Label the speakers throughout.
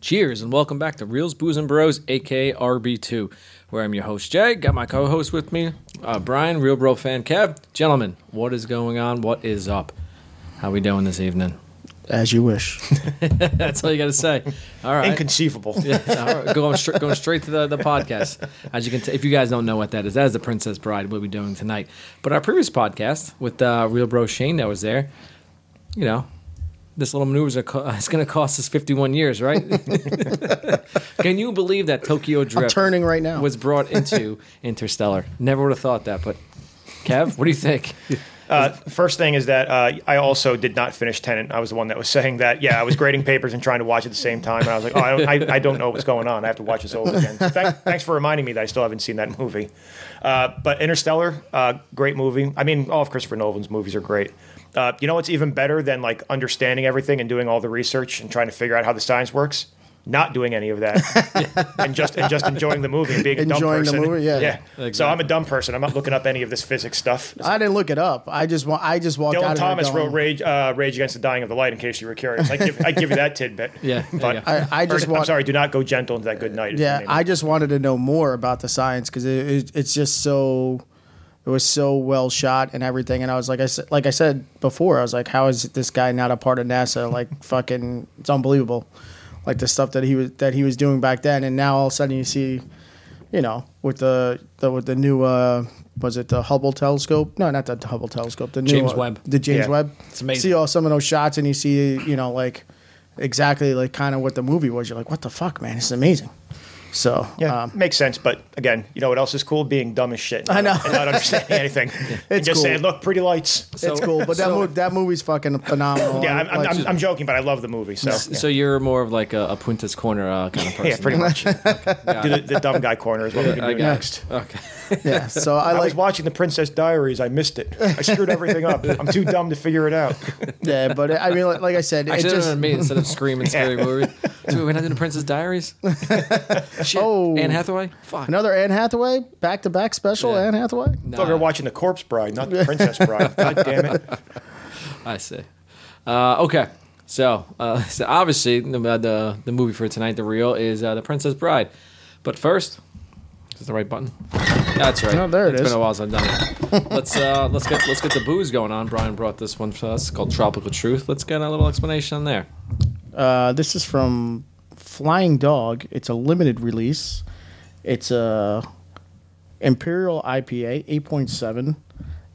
Speaker 1: Cheers and welcome back to Reels, Booze, and Bros, aka RB2, where I'm your host Jay. Got my co-host with me, uh, Brian, Real Bro Fan Kev. Gentlemen, what is going on? What is up? How we doing this evening?
Speaker 2: As you wish.
Speaker 1: That's all you got to say. All right.
Speaker 3: Inconceivable.
Speaker 1: Yeah, all right, going straight going straight to the, the podcast. As you can, t- if you guys don't know what that is, that is the Princess Bride. We'll be doing tonight. But our previous podcast with uh, real bro Shane that was there, you know, this little maneuver is co- it's going to cost us fifty one years, right? can you believe that Tokyo Drift
Speaker 2: turning right now.
Speaker 1: was brought into Interstellar? Never would have thought that, but Kev, what do you think?
Speaker 3: Uh, first thing is that uh, I also did not finish Tenant. I was the one that was saying that. Yeah, I was grading papers and trying to watch at the same time, and I was like, oh, I don't, I, I don't know what's going on. I have to watch this over again. So thank, thanks for reminding me that I still haven't seen that movie. Uh, but Interstellar, uh, great movie. I mean, all of Christopher Nolan's movies are great. Uh, you know what's even better than like understanding everything and doing all the research and trying to figure out how the science works? Not doing any of that, and just and just enjoying the movie and being a dumb
Speaker 2: Enjoying the
Speaker 3: person.
Speaker 2: movie, yeah.
Speaker 3: So I'm a dumb person. I'm not looking up any of this physics stuff.
Speaker 2: I didn't look it up. I just wa- I just walked out
Speaker 3: Dylan
Speaker 2: of there
Speaker 3: Thomas
Speaker 2: going-
Speaker 3: wrote Rage, uh, Rage Against the Dying of the Light. In case you were curious, I give, I give you that tidbit.
Speaker 1: Yeah, there you
Speaker 3: but
Speaker 1: go.
Speaker 2: I, I just
Speaker 3: or- I'm
Speaker 2: want
Speaker 3: sorry. Do not go gentle into that good night. is the
Speaker 2: yeah,
Speaker 3: name of
Speaker 2: I
Speaker 3: it.
Speaker 2: just wanted to know more about the science because it, it, it's just so it was so well shot and everything. And I was like I said, like I said before, I was like, how is this guy not a part of NASA? Like fucking, it's unbelievable. Like the stuff that he was that he was doing back then, and now all of a sudden you see, you know, with the, the with the new uh was it the Hubble telescope? No, not the Hubble telescope. The new,
Speaker 1: James
Speaker 2: uh,
Speaker 1: Webb.
Speaker 2: The James
Speaker 3: Yeah.
Speaker 2: Webb.
Speaker 1: It's amazing.
Speaker 2: See all some of those shots, and you see you know like exactly like kind of what the movie was. You're like, what the fuck, man? This is amazing. So
Speaker 3: yeah,
Speaker 2: um,
Speaker 3: makes sense. But again, you know what else is cool? Being dumb as shit.
Speaker 2: I know.
Speaker 3: and not understanding anything. and just
Speaker 2: cool.
Speaker 3: saying, look, pretty lights.
Speaker 2: it's cool, but that mo- that movie's fucking phenomenal.
Speaker 3: Yeah, I'm, I'm,
Speaker 2: Like,
Speaker 3: I'm, I'm joking, but I love the movie. So yeah,
Speaker 1: So you're more of like a, a Punta's Corner uh, kind of person.
Speaker 3: Yeah, pretty much. Do the, the dumb guy corner is what we can
Speaker 1: I
Speaker 3: do
Speaker 1: got it.
Speaker 3: next.
Speaker 1: Okay.
Speaker 2: yeah. So I
Speaker 3: I
Speaker 2: like
Speaker 3: was watching The Princess Diaries. I missed it. I screwed everything up. I'm too dumb to figure it out.
Speaker 2: yeah, but I mean, like, like I said,
Speaker 1: I
Speaker 2: it
Speaker 1: should have
Speaker 2: just
Speaker 1: done me instead of screaming scary movie. So we're not doing Princess Diaries. Shit.
Speaker 2: Oh.
Speaker 1: Anne Hathaway. Fuck.
Speaker 2: another Anne Hathaway back to back special.
Speaker 1: Yeah.
Speaker 2: Anne Hathaway.
Speaker 1: Nah,
Speaker 3: Thought we were watching The Corpse Bride, not The Princess Bride. God damn it.
Speaker 1: I see. Uh, okay. So, uh, so obviously the, uh, the the movie for tonight, the real, is uh, the Princess Bride. But first, is this the right button? That's right.
Speaker 2: Oh, there it
Speaker 1: It's
Speaker 2: is.
Speaker 1: been a while since I've done it. let's uh, let's get let's get the booze going on. Brian brought this one for us called Tropical Truth. Let's get a little explanation on there.
Speaker 2: Uh, this is from Flying Dog. It's a limited release. It's a Imperial IPA, eight point seven.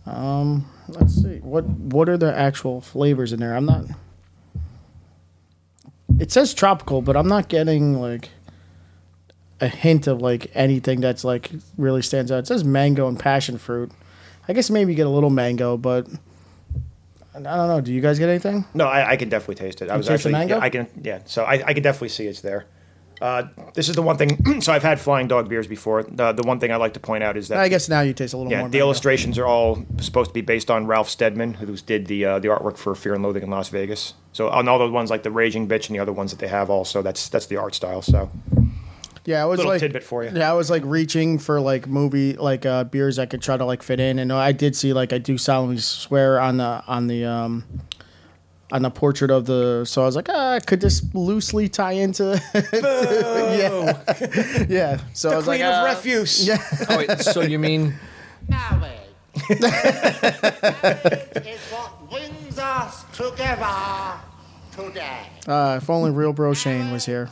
Speaker 2: Um, let's see what what are the actual flavors in there. I'm not. It says tropical, but I'm not getting like a hint of like anything that's like really stands out. It says mango and passion fruit. I guess maybe you get a little mango, but I don't know. Do you guys get anything?
Speaker 3: No, I, I can definitely taste it. I was
Speaker 2: taste the
Speaker 3: actually,
Speaker 2: mango?
Speaker 3: yeah, I can, yeah. So I, I can definitely see it's there. Uh, this is the one thing. so I've had Flying Dog beers before. The, the one thing I like to point out is that
Speaker 2: I guess now you taste a little
Speaker 3: yeah,
Speaker 2: more.
Speaker 3: the
Speaker 2: mango.
Speaker 3: illustrations are all supposed to be based on Ralph Steadman, who did the uh, the artwork for Fear and Loathing in Las Vegas. So on all the ones like the Raging Bitch and the other ones that they have, also that's that's the art style. So
Speaker 2: Yeah, I was
Speaker 3: Little
Speaker 2: like
Speaker 3: tidbit for you.
Speaker 2: Yeah, I was like reaching for like movie like uh, beers I could try to like fit in, and uh, I did see like I do solemnly swear on the on the um on the portrait of the. So I was like, ah, could this loosely tie into? yeah, yeah. So I was like, ah.
Speaker 3: Refuse. Yeah.
Speaker 1: Oh, wait, so you mean
Speaker 4: Marriage. Marriage is what brings us together today.
Speaker 2: uh, if only real bro Shane was here.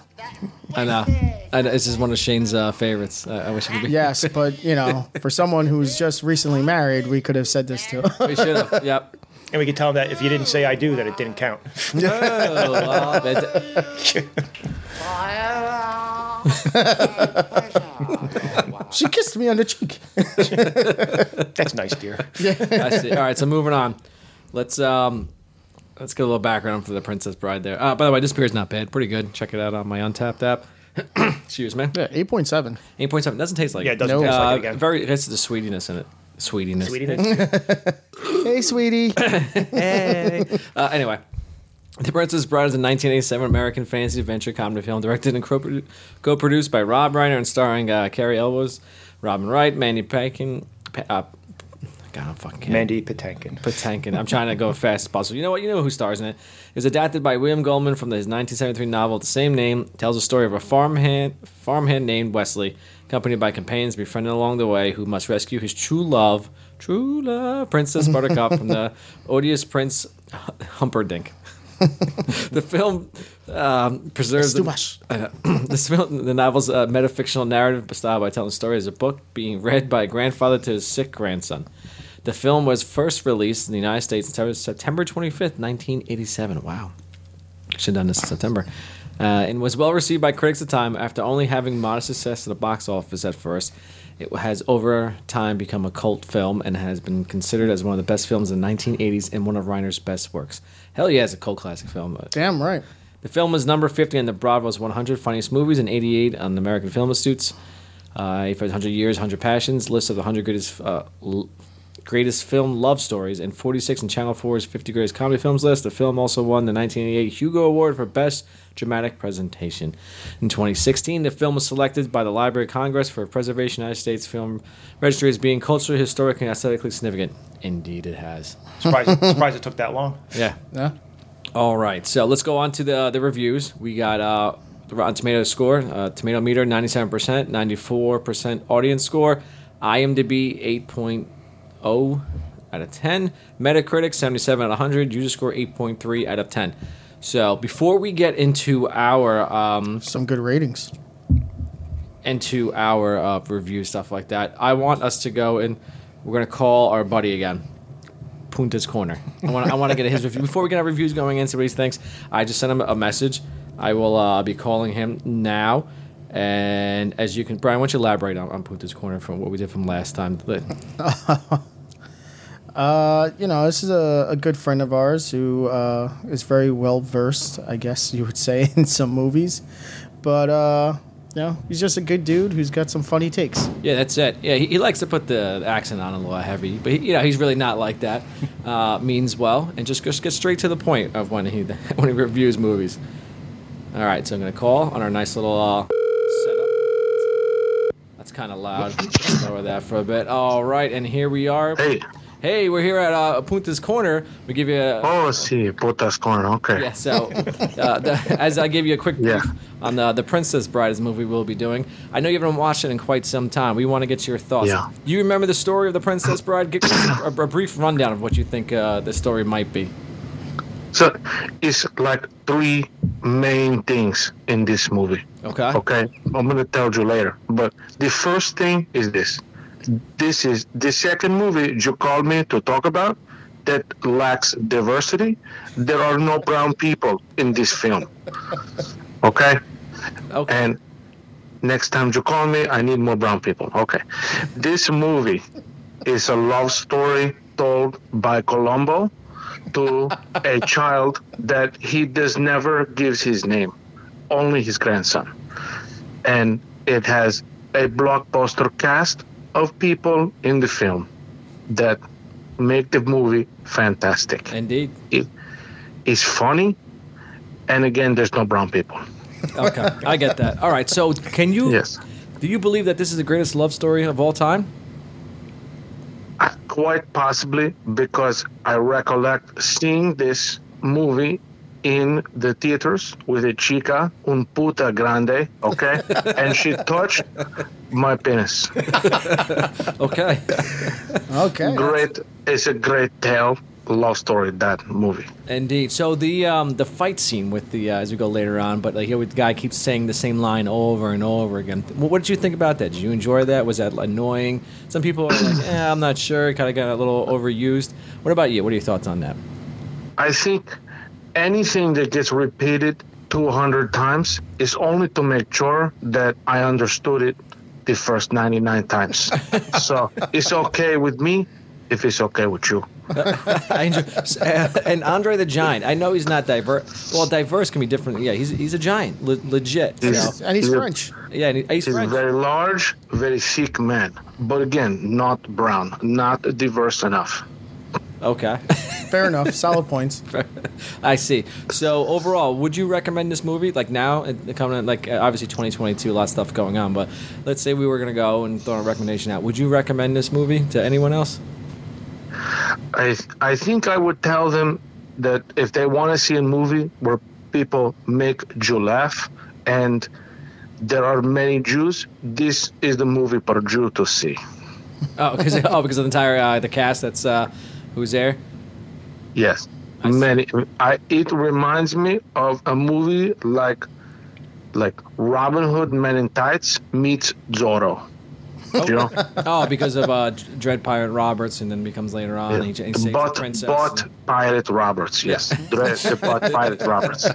Speaker 1: I know. I know. uh, This is one of Shane's uh, favorites. I, I wish I could be.
Speaker 2: Yes, but you know, for someone who's just recently married, we could have said this to. him.
Speaker 1: We should have. Yep.
Speaker 3: And we could tell them that if you didn't say I do, that it didn't count.
Speaker 1: Oh, uh, but-
Speaker 4: Forever.
Speaker 2: she kissed me on the cheek.
Speaker 3: that's nice, dear.
Speaker 1: I see. All right. So moving on. Let's um, let's get a little background for the Princess Bride there. Uh, by the way, this beer's not bad. Pretty good. Check it out on my Untapped app. Excuse me.
Speaker 2: Yeah, eight point seven.
Speaker 1: Eight point seven doesn't taste like
Speaker 3: Yeah, it doesn't
Speaker 2: Nope.
Speaker 3: taste
Speaker 1: Uh,
Speaker 3: like it again.
Speaker 1: very. That's the sweetiness in it. Sweetiness.
Speaker 3: Sweetiness.
Speaker 2: Hey, sweetie.
Speaker 1: Uh, anyway. The Princess Bride is a 1987 American fantasy adventure comedy film directed and co- co-produced by Rob Reiner and starring uh, Carrie Elwes, Robin Wright, Mandy Patinkin, pa- uh, God, I'm fucking kidding.
Speaker 3: Mandy Patinkin.
Speaker 1: Patinkin. I'm trying to go as fast as possible. You know what? You know who stars in it. It's adapted by William Goldman from his 1973 novel, the same name. Tells the story of a farmhand, farmhand named Wesley, accompanied by companions befriended along the way, who must rescue his true love, true love, Princess Buttercup from the odious Prince Humperdinck. the film um, preserves
Speaker 2: It's too
Speaker 1: the-
Speaker 2: much.
Speaker 1: I know. this film, the novel's uh, metafictional narrative style by telling the story is a book being read by a grandfather to his sick grandson. The film was first released in the United States on September 25th, 1987. Wow. Should have done this in September. Uh, and was well received by critics at the time after only having modest success at the box office at first. It has over time become a cult film and has been considered as one of the best films in the 1980s and one of Reiner's best works. Hell yeah, it's a cult classic film.
Speaker 2: Damn right.
Speaker 1: The film was number 50 on the Bravo's 100 Funniest Movies and 88 on the American Film Institute's uh, for 100 Years, 100 Passions, list of the 100 greatest, uh, l- greatest film love stories, and 46 in Channel 4's 50 Greatest Comedy Films list. The film also won the 1988 Hugo Award for Best Dramatic Presentation. In 2016, the film was selected by the Library of Congress for preservation in the United States Film Registry as being culturally, historically, and aesthetically significant. Indeed, it has.
Speaker 3: Surprised, surprised it took that long.
Speaker 1: Yeah.
Speaker 2: Yeah.
Speaker 1: All right, so let's go on to the the reviews. We got uh, the Rotten Tomatoes score, uh, Tomato Meter ninety seven percent, ninety four percent audience score, IMDb eight point oh out of ten, Metacritic seventy seven out of hundred, user score eight point three out of ten. So before we get into our um,
Speaker 2: Some good ratings.
Speaker 1: into our uh, review stuff like that, I want us to go and we're gonna call our buddy again, Punta's Corner. I want I want to get his review before we get our reviews going in. See what he thinks. I just sent him a message. I will uh, be calling him now. And as you can, Brian, why don't you elaborate on, on Punta's Corner from what we did from last time?
Speaker 2: Uh, you know, this is a, a good friend of ours who uh, is very well versed, I guess you would say, in some movies. But, uh, you know, he's just a good dude who's got some funny takes.
Speaker 1: Yeah, that's it. Yeah, he, he likes to put the accent on a little heavy, but he, you know he's really not like that. Uh, means well, and just just gets straight to the point of when he when he reviews movies. All right, so I'm gonna call on our nice little uh, setup. That's kind of loud. Let's Lower that for a bit. All right, and here we are.
Speaker 5: Hey.
Speaker 1: Hey, we're here at uh, Punta's Corner. We give you a,
Speaker 5: Oh, sí, putas corn. Okay.
Speaker 1: yeah, so uh, the, as I give you a quick brief
Speaker 5: Yeah.
Speaker 1: on the, the Princess Bride is a movie we'll be doing. I know you haven't watched it in quite some time. We want to get your thoughts.
Speaker 5: Yeah.
Speaker 1: Do you remember the story of the Princess Bride? Give us a, a brief rundown of what you think uh, the story might be.
Speaker 5: So it's like three main things in this movie.
Speaker 1: Okay.
Speaker 5: Okay. I'm gonna tell you later. But the first thing is this. This is the second movie you called me to talk about that lacks diversity. There are no brown people in this film. Okay?
Speaker 1: Okay.
Speaker 5: And next time you call me, I need more brown people. Okay. This movie is a love story told by Colombo to a child that he does never gives his name, only his grandson. And it has a blockbuster cast of people in the film that make the movie fantastic.
Speaker 1: Indeed.
Speaker 5: It is funny, and again, there's no brown people.
Speaker 1: Okay. I get that. All right. So, can you?
Speaker 5: Yes.
Speaker 1: Do you believe that this is the greatest love story of all time?
Speaker 5: quite possibly because I recollect seeing this movie in the theaters with a chica, un puta grande, okay? and she touched my penis.
Speaker 1: Okay.
Speaker 2: Okay.
Speaker 5: Great, it's a great tale, love story, that movie.
Speaker 1: Indeed. So the um, the fight scene with the uh, as we go later on, but like here with the guy keeps saying the same line over and over again. What, what did you think about that? Did you enjoy that? Was that annoying? Some people are like, eh, I'm not sure. Kind of got a little overused. What about you? What are your thoughts on that?
Speaker 5: I think anything that gets repeated 200 times is only to make sure that I understood it the first 99 times. so it's okay with me if it's okay with you.
Speaker 1: I enjoy, uh, and Andre the Giant. I know he's not diverse. Well, diverse can be different. Yeah, he's he's a giant, le- legit. You know?
Speaker 5: He's-
Speaker 2: And he's
Speaker 5: Yeah.
Speaker 2: French.
Speaker 1: Yeah, and he- he's
Speaker 5: He's
Speaker 1: French.
Speaker 5: very large, very thick man, but again, not brown, not diverse enough.
Speaker 1: Okay,
Speaker 2: Fair enough. Solid points.
Speaker 1: I see. So overall, would you recommend this movie? Like now, it- it coming in, like uh, obviously 2022, a lot of stuff going on. But let's say we were gonna go and throw a recommendation out. Would you recommend this movie to anyone else?
Speaker 5: I I think I would tell them that if they want to see a movie where people make you laugh and there are many Jews, this is the movie for Jew to see.
Speaker 1: Oh, because oh, because of the entire uh, the cast that's uh, who's there.
Speaker 5: Yes,
Speaker 1: I see.
Speaker 5: many. I it reminds me of a movie like like Robin Hood Men in Tights meets Zorro. You know,
Speaker 1: Oh, because of uh, Dread Pirate Roberts, and then becomes later on he, he saves the
Speaker 5: but
Speaker 1: princess.
Speaker 5: but Pirate Roberts. Yes, Dre- but Pirate Roberts.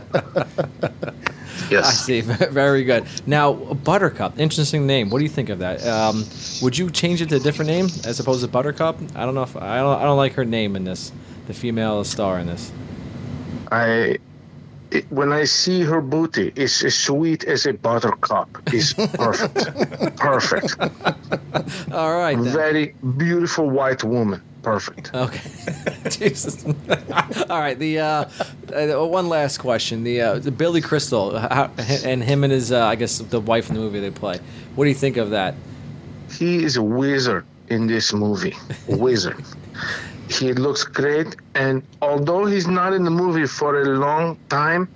Speaker 5: Yes.
Speaker 1: I see. Very good. Now, Buttercup, interesting name. What do you think of that? Um, would you change it to a different name as opposed to Buttercup? I don't know if I don't, I don't like her name in this. The female star in this.
Speaker 5: I it, when I see her booty, it's as sweet as a buttercup. It's perfect, perfect.
Speaker 1: All right. Then.
Speaker 5: Very beautiful white woman. Perfect.
Speaker 1: Okay. Jesus. All right. The uh, uh, one last question. The, uh, the Billy Crystal uh, how, and him and his uh, I guess the wife in the movie they play. What do you think of that?
Speaker 5: He is a wizard in this movie. Wizard. he looks great, and although he's not in the movie for a long time,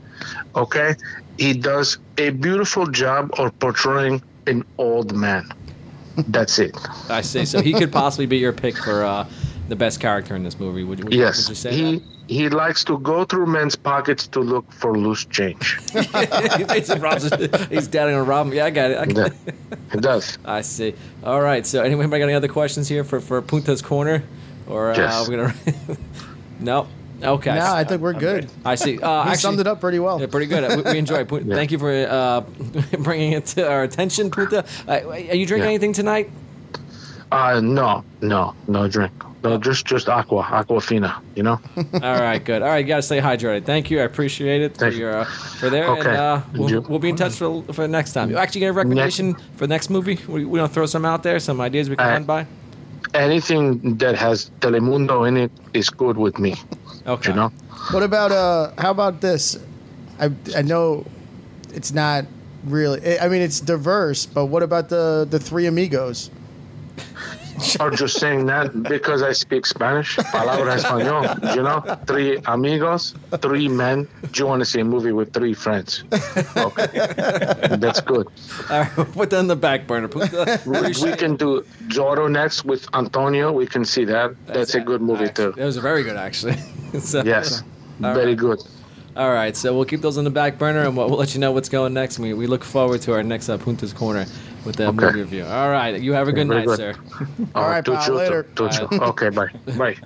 Speaker 5: okay, he does a beautiful job of portraying an old man. That's it.
Speaker 1: I see. So he could possibly be your pick for uh, the best character in this movie. Would, you- would, you-
Speaker 5: Yes,
Speaker 1: Would you say
Speaker 5: he
Speaker 1: that?
Speaker 5: he likes to go through men's pockets to look for loose change.
Speaker 1: He thinks that Rob's- he's doubting on Robin. Yeah, I got it. I,
Speaker 5: yeah,
Speaker 1: got it.
Speaker 5: it does.
Speaker 1: I see. All right. So, anyway, anybody got any other questions here for, for Punta's Corner? Or uh,
Speaker 5: Yes.
Speaker 1: we're gonna no. Okay.
Speaker 2: No, I think we're good.
Speaker 1: I see. Uh,
Speaker 2: He
Speaker 1: actually,
Speaker 2: summed it up pretty well.
Speaker 1: Yeah, pretty good. We, we enjoy. Punta. Thank you for uh, bringing it to our attention, Punta. Uh, are you drinking
Speaker 5: Yeah.
Speaker 1: anything tonight?
Speaker 5: Uh, no, no, no drink. No, just just aqua, aquafina. You know.
Speaker 1: All right, good. All right, you got to stay hydrated. Thank you. I appreciate it for
Speaker 5: Thank you.
Speaker 1: your uh, for there, and
Speaker 5: Okay.
Speaker 1: uh, we'll,
Speaker 5: You-
Speaker 1: we'll be in touch for for next time. You actually get a recommendation for next movie? We, we don't throw some out there, some ideas we can
Speaker 5: Uh,
Speaker 1: run by.
Speaker 5: Anything that has Telemundo in it is good with me.
Speaker 1: Okay.
Speaker 5: You know.
Speaker 2: What about uh? How about this? I I know it's not really. I I mean, it's diverse, but what about the the Three Amigos?
Speaker 5: Or just saying that because I speak Spanish, palabra español. You know, three amigos, three men. Do you want to see a movie with three friends? Okay, that's good.
Speaker 1: All right, put that in the back burner. Put the-
Speaker 5: We can do Zorro next with Antonio. We can see that. That's, a
Speaker 1: it.
Speaker 5: good movie
Speaker 1: Actually,
Speaker 5: too.
Speaker 1: That was very good, actually. So-
Speaker 5: Yes,
Speaker 1: All
Speaker 5: very
Speaker 1: right.
Speaker 5: good.
Speaker 1: All right, so we'll keep those on the back burner, and we'll, we'll let you know what's going next. We, we look forward to our next uh, Punta's Corner with the movie review. All right, you have a good night,
Speaker 5: Very good.
Speaker 1: sir.
Speaker 5: All
Speaker 2: right, pal, later.
Speaker 5: Okay, bye. Bye.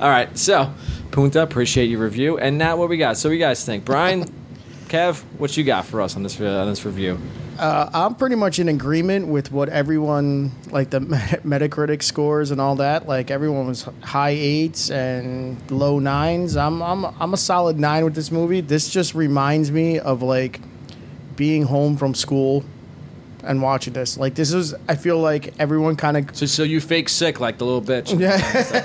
Speaker 1: All right, so Punta, appreciate your review. And now what we got? So what you guys think, Brian, Kev, what you got for us on this uh, on this review?
Speaker 2: Uh, I'm pretty much in agreement with what everyone like the Metacritic scores and all that. Like everyone was high eights and low nines. I'm I'm I'm a solid nine with this movie. This just reminds me of like being home from school and watching this. Like this is I feel like everyone kind of
Speaker 1: So, so you fake sick like the little bitch.
Speaker 2: Yeah.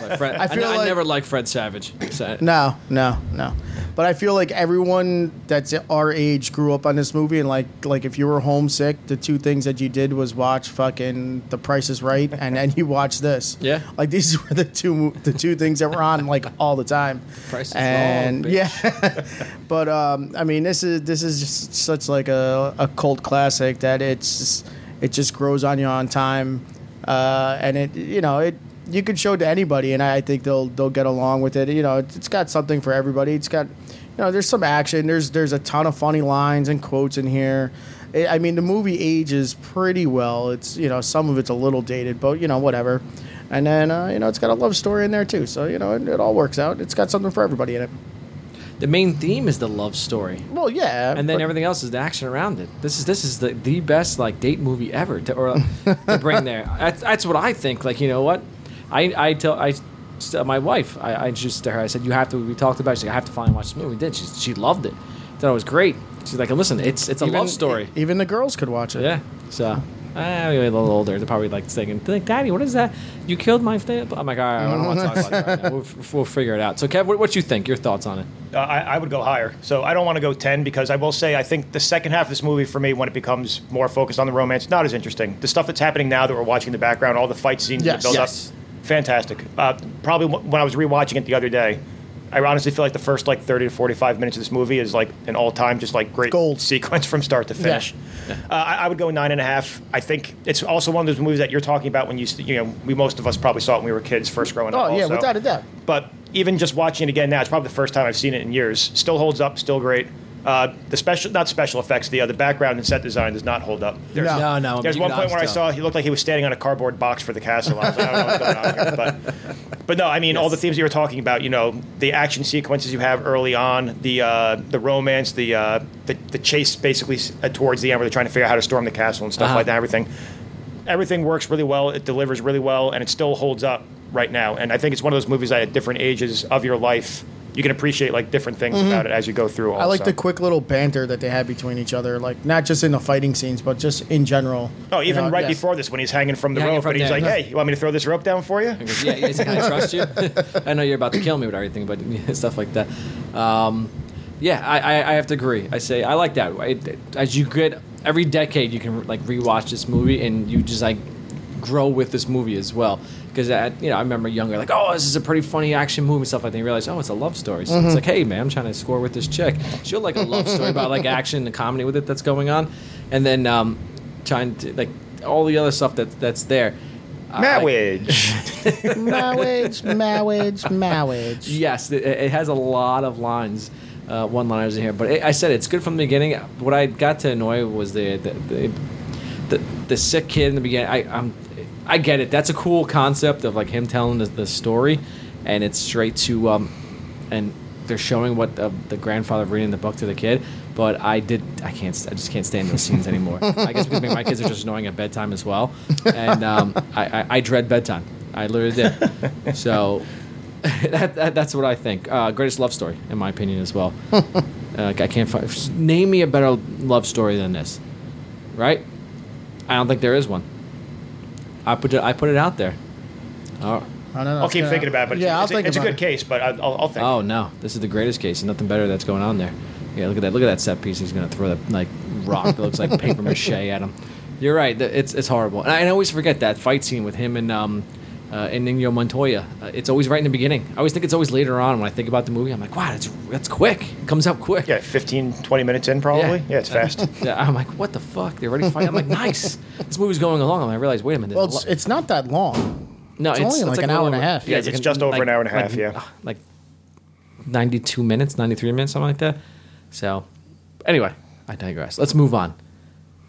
Speaker 1: Like Fred, I,
Speaker 2: I feel
Speaker 1: ne- I
Speaker 2: like-
Speaker 1: never liked Fred Savage. So-
Speaker 2: No, no, no. But I feel like everyone that's our age grew up on this movie, and like, like if you were homesick, the two things that you did was watch fucking The Price Is Right, and then you watch this.
Speaker 1: Yeah.
Speaker 2: like these were the two mo- the two things that were on like all the time.
Speaker 1: Price is
Speaker 2: and
Speaker 1: Wrong, bitch.
Speaker 2: yeah, but um, I mean, this is this is just such like a, a cult classic that it's just- it just grows on you on time, uh, and it you know it you could show it to anybody, and I, I think they'll they'll get along with it. You know, it's, it's got something for everybody. It's got you know there's some action. There's there's a ton of funny lines and quotes in here. I I mean, the movie ages pretty well. It's you know some of it's a little dated, but you know whatever. And then uh, you know it's got a love story in there too, so you know it, it all works out. It's got something for everybody in it.
Speaker 1: the main theme is the love story,
Speaker 2: Well, yeah,
Speaker 1: and then
Speaker 2: but-
Speaker 1: everything else is the action around it. This is this is the, the best like date movie ever to or uh, to bring there. That's, that's what I think. Like you know what, I I tell I. so My wife, I, I introduced to her. I said, "You have to." We talked about. It. She's like, "I have to finally watch this movie." We did. She, she loved it. Thought it was great. She's like, "Listen, it's it's a
Speaker 2: Even- e-,
Speaker 1: love story."
Speaker 2: Even the girls could watch it.
Speaker 1: Yeah. So I a little older. They're probably like saying, they're like, Daddy, what is that? You killed my fa-" I'm like, all right, I don't want to talk about that right now. We'll, f- we'll figure it out. So, Kev, what, what you think? Your thoughts on it?
Speaker 3: Uh, I, I would go higher. So I don't want to go 10 because I will say I think the second half of this movie for me, when it becomes more focused on the romance, not as interesting. The stuff that's happening now that we're watching in the background, all the fight scenes
Speaker 2: Yes.
Speaker 3: that build
Speaker 1: Yes.
Speaker 3: up, fantastic. Uh, probably wh- when I was rewatching it the other day, I honestly feel like the first like 30 to 45 minutes of this movie is like an all-time just like great
Speaker 2: Gold.
Speaker 3: sequence from start to finish. Uh, I, I would go nine and a half. I think it's also one of those movies that you're talking about when you s- you know we most of us probably saw it when we were kids first growing up.
Speaker 2: Oh, yeah,
Speaker 3: also.
Speaker 2: without a doubt.
Speaker 3: But even just watching it again now, it's probably the first time I've seen it in years. Still holds up. Still great. Uh, the special, not special effects, the uh, the background and set design does not hold up. There's
Speaker 2: No.
Speaker 1: No, no.
Speaker 3: there's
Speaker 1: you
Speaker 3: one
Speaker 1: could
Speaker 3: point where I
Speaker 1: obstacle.
Speaker 3: saw he looked like he was standing on a cardboard box for the castle. I was like, I don't know what's going on here. But, but no, I mean, all the themes you were talking about, you know, the action sequences you have early on, the uh, the romance, the, uh, the the chase basically s- uh, towards the end where they're trying to figure out how to storm the castle and stuff
Speaker 1: Uh-huh.
Speaker 3: like that, everything. Everything works really well. It delivers really well, and it still holds up right now. And I think it's one of those movies that at different ages of your life, you can appreciate like different things about it as you go through. Also.
Speaker 2: I like the quick little banter that they had between each other, like not just in the fighting scenes, but just in general.
Speaker 3: Oh,
Speaker 2: You
Speaker 3: even
Speaker 2: know,
Speaker 3: right
Speaker 2: yes.
Speaker 3: before this, when he's hanging from the
Speaker 1: Hanging
Speaker 3: rope,
Speaker 1: from
Speaker 3: and he's
Speaker 1: there.
Speaker 3: like, "Hey, you want me to throw this rope down for you?"
Speaker 1: Because, yeah, yes, can I trust you? I know you're about to kill me with everything, but stuff like that. Um, yeah, I, I, I have to agree. I say I like that. It- as you get every decade, you can like rewatch this movie, and you just like grow with this movie as well. Because you know, I remember younger, like, oh, this is a pretty funny action movie and stuff like that. And you realize, oh, it's a love story. So it's like, hey, man, I'm trying to score with this chick. She'll like a love story about like action and comedy with it that's going on, and then um, trying to like all the other stuff that that's there. I- I-
Speaker 3: Marriage.
Speaker 2: marriage, marriage, marriage.
Speaker 1: Yes, it, it has a lot of lines, uh, one liners in here. But it, I said it's good from the beginning. What I got to annoy was the the the, the, the sick kid in the beginning. I, I'm I get it. That's a cool concept of like him telling the, the story, and it's straight to um, and they're showing what the, the grandfather reading the book to the kid. But I did. I can't. st- I just can't stand those scenes anymore. I guess because my kids are just annoying at bedtime as well, and um, I, I, I dread bedtime. I literally did. So that, that, that's what I think. Uh, greatest love story, in my opinion, as well. uh, I can't find. Name me a better love story than this, right? I don't think there is one. I put it. I put it out there. Oh,
Speaker 2: I don't know,
Speaker 3: I'll
Speaker 2: it's
Speaker 3: keep
Speaker 2: gonna-
Speaker 3: thinking about it. But
Speaker 2: yeah,
Speaker 3: yeah,
Speaker 2: I'll
Speaker 3: it's,
Speaker 2: think
Speaker 3: it's a
Speaker 2: about
Speaker 3: good
Speaker 2: it.
Speaker 3: case, but I'll, I'll, I'll think.
Speaker 1: oh no! This is the greatest case, and nothing better that's going on there. Yeah, look at that. Look at that set piece. He's going to throw that like rock that looks like paper mache at him. You're right. th- It's it's horrible, and I, and I always forget that fight scene with him and um. Uh, and Nino Montoya. Uh, it's always right in the beginning. I always think it's always later on when I think about the movie. I'm like, wow, that's that's quick. It comes up quick.
Speaker 3: Yeah, 15, 20 minutes in probably.
Speaker 1: Yeah.
Speaker 3: Yeah, it's fast.
Speaker 1: Yeah, I'm like, what the fuck? They're already fighting. I'm like, nice. This movie's going along. And I realize, wait a minute.
Speaker 2: Well,
Speaker 1: there's
Speaker 2: it's,
Speaker 1: a lo-
Speaker 2: it's not that long.
Speaker 1: no,
Speaker 2: it's only like an hour and a
Speaker 1: little-
Speaker 2: half.
Speaker 3: Yeah, it's just over an hour and a half,
Speaker 1: like-
Speaker 3: yeah.
Speaker 1: like 92 minutes, 93 minutes, something like that. So, anyway, I digress. Let's move on.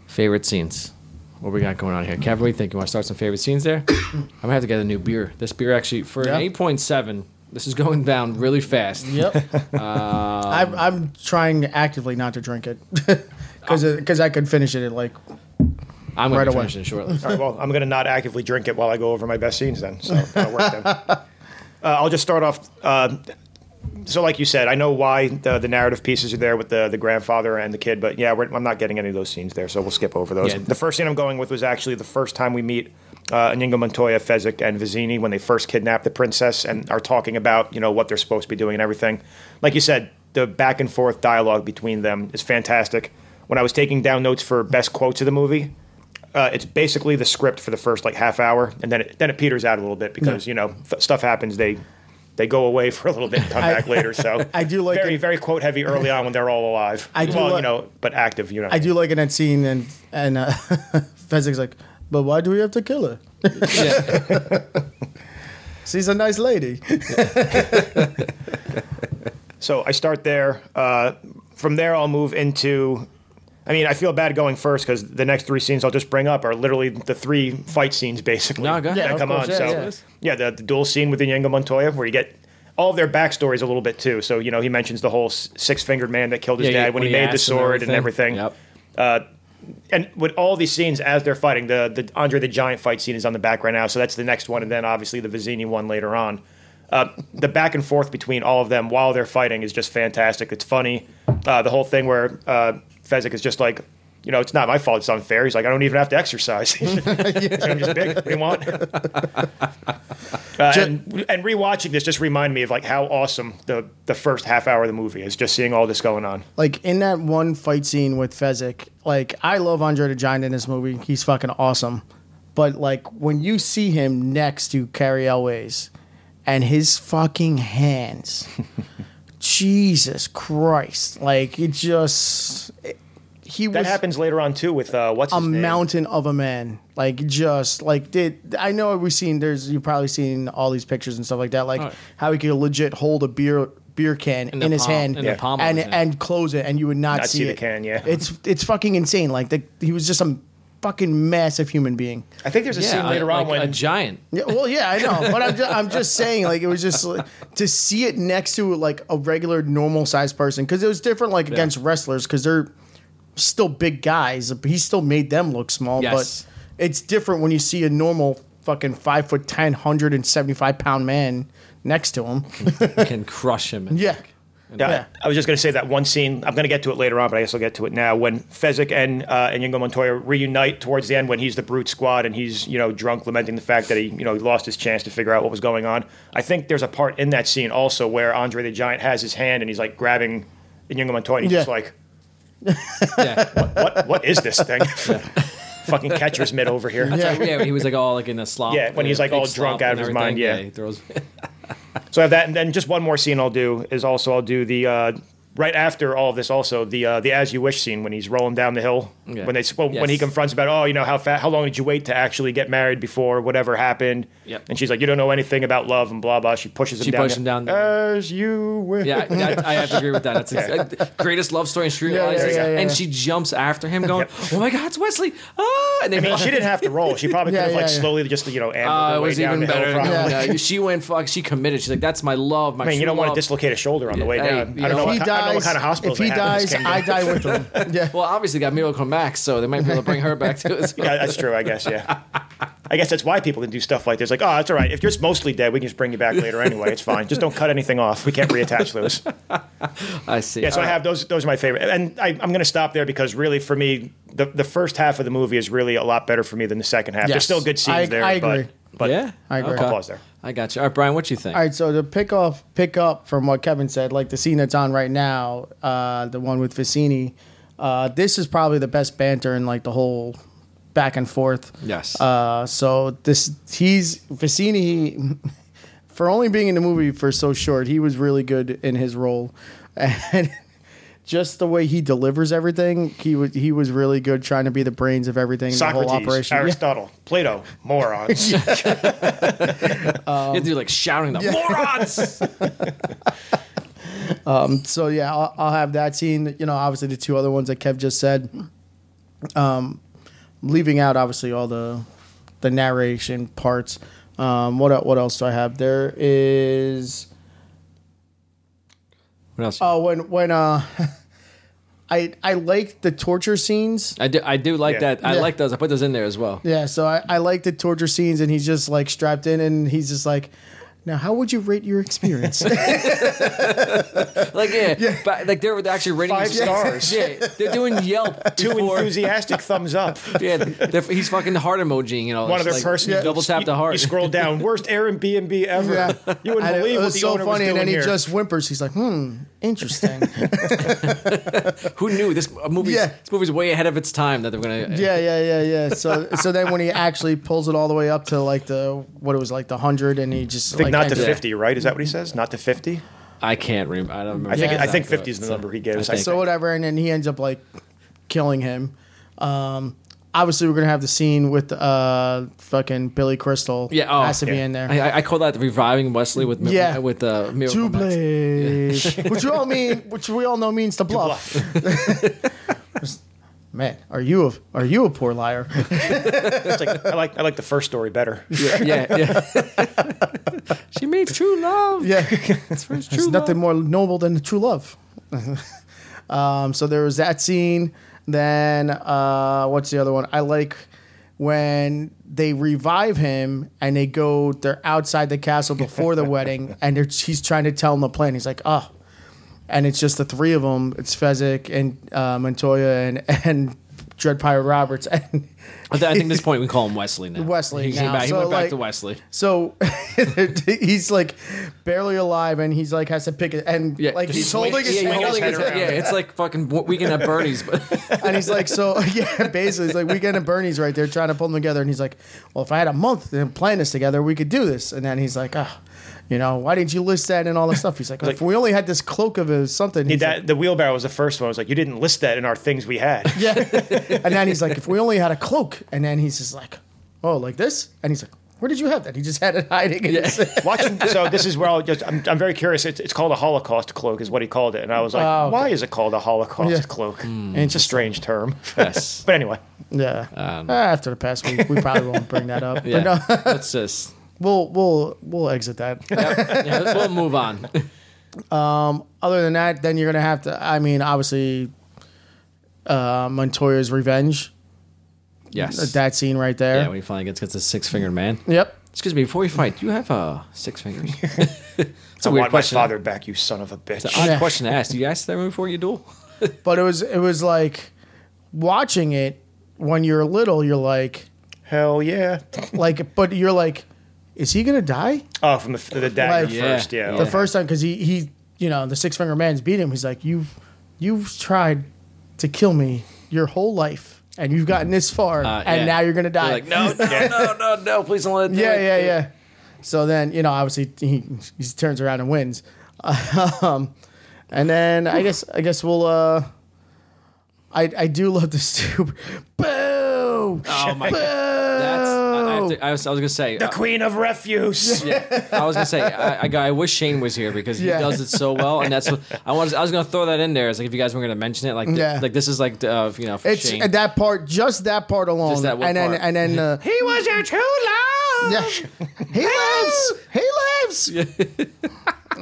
Speaker 1: Favorite scenes. What we got going on here? Kevin, what do you think? You want to start some favorite scenes there? I'm gonna have to get a new beer. This beer actually for
Speaker 2: Yeah.
Speaker 1: an 8.7. This is going down really fast.
Speaker 2: Yep. I'm, I'm trying actively not to drink it because I could finish it at like
Speaker 1: I'm gonna
Speaker 2: Right
Speaker 1: be
Speaker 2: away.
Speaker 1: finishing it shortly.
Speaker 3: All right, well, I'm going to not actively drink it while I go over my best scenes then. So that'll work then. Uh, I'll just start off. Uh, so, like you said, I know why the, the narrative pieces are there with the, the grandfather and the kid, but yeah, we're, I'm not getting any of those scenes there, so we'll skip over those.
Speaker 1: Yeah.
Speaker 3: The first scene I'm going with was actually the first time we meet uh, Inigo Montoya, Fezzik, and Vizini when they first kidnap the princess and are talking about you know what they're supposed to be doing and everything. Like you said, the back and forth dialogue between them is fantastic. When I was taking down notes for best quotes of the movie, uh, it's basically the script for the first like half hour, and then it, then it peters out a little bit because you know f- stuff happens. They they go away for a little bit and come back later. So
Speaker 2: I do like
Speaker 3: very
Speaker 2: it-
Speaker 3: very quote heavy early on when they're all alive.
Speaker 2: I do
Speaker 3: well,
Speaker 2: like-
Speaker 3: you know, but active. You know,
Speaker 2: I do like in that scene, and and uh, Fezzik's like, but why do we have to kill her?
Speaker 1: Yeah.
Speaker 2: She's a nice lady.
Speaker 3: So I start there. Uh, from there, I'll move into. I mean, I feel bad going first because the next three scenes I'll just bring up are literally the three fight scenes, basically.
Speaker 1: No, go ahead.
Speaker 2: Yeah,
Speaker 3: that
Speaker 2: of
Speaker 3: come
Speaker 2: course,
Speaker 3: on.
Speaker 2: yeah,
Speaker 3: so,
Speaker 2: yeah.
Speaker 3: yeah, the, the duel scene with Inigo Montoya, where you get all of their backstories a little bit too. So you know, he mentions the whole six fingered man that killed his
Speaker 1: Yeah,
Speaker 3: dad
Speaker 1: yeah,
Speaker 3: when, he made the
Speaker 1: asked and
Speaker 3: sword and everything.
Speaker 1: Yep.
Speaker 3: And with all these scenes as they're fighting, the the Andre the Giant fight scene is on the back right now, so that's the next one, and then obviously the Vizzini one later on. Uh, the back and forth between all of them while they're fighting is just fantastic. It's funny. Uh, the whole thing where uh, Fezzik is just like, you know, it's not my fault. It's unfair. He's like, I don't even have to exercise. I'm just big. What do you want? Uh, and, and rewatching this just reminded me of like how awesome the the first half hour of the movie is. Just seeing all this going on.
Speaker 2: like in that one fight scene with Fezzik, like I love Andre the Giant in this movie. He's fucking awesome. But like when you see him next to Carrie Elways and his fucking hands, Jesus Christ! Like it just it- he
Speaker 3: That
Speaker 2: was
Speaker 3: happens later on too with uh, what's
Speaker 2: a
Speaker 3: his name?
Speaker 2: mountain of a man. Like just like did I know we've seen there's you've probably seen all these pictures and stuff like that. Like
Speaker 1: Oh.
Speaker 2: how he could legit hold a beer beer can in,
Speaker 1: the
Speaker 2: his
Speaker 1: palm-
Speaker 2: hand
Speaker 1: in
Speaker 3: the
Speaker 1: palm of
Speaker 2: and
Speaker 1: his hand.
Speaker 2: and close it and you would not,
Speaker 3: Not
Speaker 2: see,
Speaker 3: see the
Speaker 2: it.
Speaker 3: can, yeah.
Speaker 2: it's it's fucking insane. Like the, he was just a fucking massive human being.
Speaker 3: I think there's a scene
Speaker 1: Yeah,
Speaker 3: later
Speaker 1: like
Speaker 3: on when
Speaker 1: a giant.
Speaker 2: Yeah, well, yeah, I know, but I'm just, I'm just saying, like, it was just like, to see it next to like a regular, normal sized person because it was different, like against wrestlers because they're still big guys. but He still made them look small,
Speaker 1: Yes.
Speaker 2: but it's different when you see a normal fucking five foot ten, hundred and seventy five pound man next to him.
Speaker 1: can crush him.
Speaker 2: yeah,
Speaker 3: Yeah,
Speaker 2: Yeah.
Speaker 3: I was just going to say that one scene. I'm going to get to it later on, but I guess I'll get to it now. When Fezzik and uh, and Yingo Montoya reunite towards the end, when he's the brute squad and he's you know drunk, lamenting the fact that he you know he lost his chance to figure out what was going on. I think there's a part in that scene also where Andre the Giant has his hand and he's like grabbing Yingo Montoya. And he's
Speaker 2: Yeah.
Speaker 3: just like,
Speaker 1: yeah.
Speaker 3: what What is this thing? Fucking catcher's mitt over here.
Speaker 2: yeah.
Speaker 1: yeah, he was like all like in a slop.
Speaker 3: Yeah, when he's,
Speaker 1: a
Speaker 3: like, all
Speaker 1: big
Speaker 3: drunk
Speaker 1: slop
Speaker 3: out
Speaker 1: and
Speaker 3: of his mind,
Speaker 1: everything.
Speaker 3: yeah.
Speaker 1: he throws.
Speaker 3: So I have that, and then just one more scene I'll do is also I'll do the uh, right after all of this. Also the uh, the as you wish scene when he's rolling down the hill
Speaker 1: Yeah.
Speaker 3: when they well, when
Speaker 1: Yes.
Speaker 3: he confronts about oh you know how fat how long did you wait to actually get married before whatever happened.
Speaker 1: Yep.
Speaker 3: And she's like you don't know anything about love and blah blah. She pushes him
Speaker 1: She
Speaker 3: down.
Speaker 1: pushed him down.
Speaker 3: As you wish.
Speaker 1: Yeah, I, I, I have to agree with that. That's the greatest love story in Street
Speaker 2: Yeah,
Speaker 1: Lies.
Speaker 2: yeah, yeah, yeah.
Speaker 1: And she jumps after him, going, "Oh my God, it's Wesley!" Ah, and they
Speaker 3: I mean, she didn't have to roll. She probably could
Speaker 2: Yeah,
Speaker 3: have like
Speaker 2: yeah, yeah.
Speaker 3: slowly just you know ambled
Speaker 1: Oh,
Speaker 3: her
Speaker 1: it
Speaker 3: way
Speaker 1: was
Speaker 3: down
Speaker 1: even
Speaker 3: the hill.
Speaker 1: better.
Speaker 3: probably.
Speaker 1: No,
Speaker 2: Yeah.
Speaker 1: no, she went fuck. She committed. She's like, "That's my love." My
Speaker 3: I mean, you
Speaker 1: true
Speaker 3: don't want
Speaker 1: love."
Speaker 3: to dislocate a shoulder on the way
Speaker 1: Yeah, hey,
Speaker 3: down.
Speaker 1: you
Speaker 3: I don't
Speaker 1: know,
Speaker 3: know.
Speaker 2: If
Speaker 3: What,
Speaker 2: he
Speaker 3: I don't know what
Speaker 2: dies,
Speaker 3: kind of hospitals
Speaker 2: if he
Speaker 3: they have in this
Speaker 2: dies,
Speaker 3: kingdom.
Speaker 2: I die with him. Yeah,
Speaker 1: Well, obviously, got Miracle come back, so they might be able to bring her back too. as well.
Speaker 3: Yeah, that's true. I guess. Yeah. I guess that's why people can do stuff like this. Like, oh, it's all right. If you're mostly dead, we can just bring you back later anyway. It's fine. Just don't cut anything off. We can't reattach those.
Speaker 1: I see. Uh,
Speaker 3: Yeah. So I
Speaker 1: All right.
Speaker 3: have those. Those are my favorite. And I, I'm going to stop there because really, for me, the the first half of the movie is really a lot better for me than the second half. There's
Speaker 2: Yes.
Speaker 3: still good scenes
Speaker 2: I-
Speaker 3: there.
Speaker 2: I
Speaker 3: but-
Speaker 2: agree.
Speaker 3: But,
Speaker 1: yeah,
Speaker 2: I agree.
Speaker 3: I'll pause there.
Speaker 1: I got you. All right, Brian, what you think?
Speaker 2: All right, so to pick off pick up from what Kevin said, like the scene that's on right now, uh, the one with Vicini, uh, this is probably the best banter in like the whole back and forth.
Speaker 1: Yes.
Speaker 2: Uh, so this he's Vicini. He, for only being in the movie for so short, he was really good in his role, and just the way he delivers everything, he was he was really good trying to be the brains of everything, the whole
Speaker 3: Socrates,
Speaker 2: operation. Yeah.
Speaker 3: Aristotle, Plato, morons.
Speaker 1: you have to do like shouting the morons.
Speaker 2: so yeah, I'll, I'll have that scene. You know, obviously the two other ones that Kev just said. Um, leaving out obviously all the the narration parts. Um, what el- what else do I have? There is
Speaker 1: what else?
Speaker 2: oh when when uh, I I like the torture scenes.
Speaker 1: I do. I do like
Speaker 3: Yeah.
Speaker 1: that. I
Speaker 2: Yeah.
Speaker 1: like those. I put those in there as well.
Speaker 2: Yeah, so I, I like the torture scenes, and he's just like strapped in, and he's just like, now how would you rate your experience?
Speaker 1: Like yeah, but like they're actually rating
Speaker 3: Five
Speaker 1: his-
Speaker 3: stars.
Speaker 1: Yeah, they're doing Yelp.
Speaker 3: Two
Speaker 1: before-
Speaker 3: enthusiastic thumbs up.
Speaker 1: Yeah, they're- he's fucking heart emojiing and all.
Speaker 3: One
Speaker 1: this,
Speaker 3: other
Speaker 1: like,
Speaker 3: person
Speaker 1: you double tap
Speaker 3: you-
Speaker 1: the heart.
Speaker 3: You scroll down. Worst Airbnb ever.
Speaker 2: Yeah.
Speaker 3: You wouldn't
Speaker 2: And
Speaker 3: believe
Speaker 2: it
Speaker 3: what
Speaker 2: was
Speaker 3: the
Speaker 2: so
Speaker 3: owner was
Speaker 2: funny,
Speaker 3: doing
Speaker 2: and then he
Speaker 3: here.
Speaker 2: just whimpers. He's like, hmm, interesting.
Speaker 1: Who knew this movie?
Speaker 2: Yeah.
Speaker 1: This movie's way ahead of its time that they're gonna.
Speaker 2: yeah, yeah, yeah, yeah. So, so then when he actually pulls it all the way up to like the what it was like the hundred, and he just
Speaker 3: I think
Speaker 2: like,
Speaker 3: not to
Speaker 2: ends it.
Speaker 3: 50, right? Is that what he says? Not to 50?
Speaker 1: I can't remember. I don't remember.
Speaker 3: I think
Speaker 2: Yeah.
Speaker 3: I think
Speaker 1: exactly
Speaker 3: 50 is the
Speaker 1: what-
Speaker 3: number he gives.
Speaker 1: I
Speaker 3: I
Speaker 1: think-
Speaker 3: think.
Speaker 2: So whatever, and then he ends up like killing him. Um, obviously, we're gonna have the scene with uh fucking Billy Crystal.
Speaker 1: Yeah, oh,
Speaker 2: has to be
Speaker 3: yeah.
Speaker 2: in there.
Speaker 1: I, I- I call that reviving Wesley with mi-
Speaker 2: Yeah.
Speaker 1: with uh,
Speaker 2: to
Speaker 1: Miracle Max.
Speaker 2: bluff, which we all mean, which we all know means to bluff. Man, are you a are you a poor liar?
Speaker 3: It's like, I like I like the first story better.
Speaker 1: Yeah, yeah. yeah. she made true love.
Speaker 2: yeah,
Speaker 1: It's for his
Speaker 2: there's
Speaker 1: true
Speaker 2: nothing
Speaker 1: love.
Speaker 2: more noble than true love. um, so there was that scene. Then uh, what's the other one? I like when they revive him and they go. They're outside the castle before the wedding, and they're, he's trying to tell him the plan. He's like, oh. And it's just the three of them. It's Fezzik and uh, Montoya and and Dread Pirate Roberts, and
Speaker 1: I, th- I think at this point we call him Wesley now.
Speaker 2: Wesley
Speaker 1: He, came
Speaker 2: now,
Speaker 1: back. he
Speaker 2: so,
Speaker 1: went back
Speaker 2: like-
Speaker 1: to Wesley.
Speaker 2: so he's like barely alive, and he's like has to pick it, and
Speaker 1: Yeah,
Speaker 2: like
Speaker 1: just
Speaker 2: he's holding
Speaker 1: swing-
Speaker 2: his,
Speaker 1: yeah,
Speaker 2: hand
Speaker 1: you're
Speaker 3: his
Speaker 1: holding
Speaker 3: head
Speaker 1: his
Speaker 3: around.
Speaker 1: Yeah, it's like fucking Bo- weekend at Bernie's. But
Speaker 2: and he's like, so yeah, basically, he's like weekend and Bernie's right there trying to pull them together, and he's like, well, if I had a month to plan this together, we could do this, and then he's like, ah. you know, why didn't you list that and all this stuff? He's like, if we only had this cloak of a something, he's
Speaker 3: that the wheelbarrow was the first one. I was like, you didn't list that in our things we had.
Speaker 2: like, yeah. and then he's like, if we only had a cloak. And then he's just like, oh, like this? And he's like, where did you have that? He just had it hiding. in his-
Speaker 3: Watching, so this is where I'll just, I'm, I'm very curious. It's, it's called a Holocaust cloak, is what he called it, and I was like,
Speaker 2: Oh, okay.
Speaker 3: why is it called a Holocaust
Speaker 2: Yeah. Hmm.
Speaker 3: cloak? It's a strange term.
Speaker 1: yes.
Speaker 3: But anyway,
Speaker 2: Yeah. Ah, After the past week, we probably won't bring that up.
Speaker 1: Yeah.
Speaker 2: But no,
Speaker 1: Let's just.
Speaker 2: we'll we'll we'll exit that.
Speaker 1: Yeah, we'll move on.
Speaker 2: Other than that, then you're gonna have to. I mean, obviously, uh, Montoya's revenge.
Speaker 1: Yes.
Speaker 2: That scene right there.
Speaker 1: yeah, when he finally gets, gets a six fingered man.
Speaker 2: yep.
Speaker 1: Excuse me, before we fight, do you have uh, six fingers? it's
Speaker 3: I
Speaker 1: a weird
Speaker 3: want my
Speaker 1: question.
Speaker 3: father back, you son of a bitch.
Speaker 1: It's an odd
Speaker 2: Yeah.
Speaker 1: question to ask. Do you ask that before you duel?
Speaker 2: But it was it was like watching it when you're little. You're like
Speaker 3: Hell yeah!
Speaker 2: like, but you're like, is he gonna die?
Speaker 3: Oh, from the, the dagger
Speaker 2: Like-
Speaker 1: Oh, Yeah.
Speaker 3: first, yeah.
Speaker 1: The
Speaker 2: the first time because he he you know the six finger man's beat him. He's like you you've tried to kill me your whole life and you've gotten this far
Speaker 1: Uh,
Speaker 2: and
Speaker 1: yeah.
Speaker 2: now you're gonna die.
Speaker 1: They're like, no, no, no, no, no, please don't let it do
Speaker 2: yeah,
Speaker 1: it.
Speaker 2: yeah, yeah. So then you know obviously he, he turns around and wins. Um, and then I guess I guess we'll. Uh, I I do love the stupid boo.
Speaker 1: Oh my
Speaker 2: boo.
Speaker 1: god. That's, I, I, have to- I was, I was gonna say,
Speaker 3: The Uh, Queen of Refuse.
Speaker 1: I was gonna say, I, I, I wish Shane was here because he
Speaker 2: Yeah.
Speaker 1: does it so well, and that's what I was. I was gonna throw that in there. It's like if you guys were gonna mention it, like, th-
Speaker 2: Yeah.
Speaker 1: like this is like, uh, you know, for
Speaker 2: it's
Speaker 1: Shane.
Speaker 2: that part, just that part alone,
Speaker 1: that one
Speaker 2: and then
Speaker 1: part.
Speaker 2: and then uh,
Speaker 3: He was your true love.
Speaker 2: Yeah. He lives. He lives.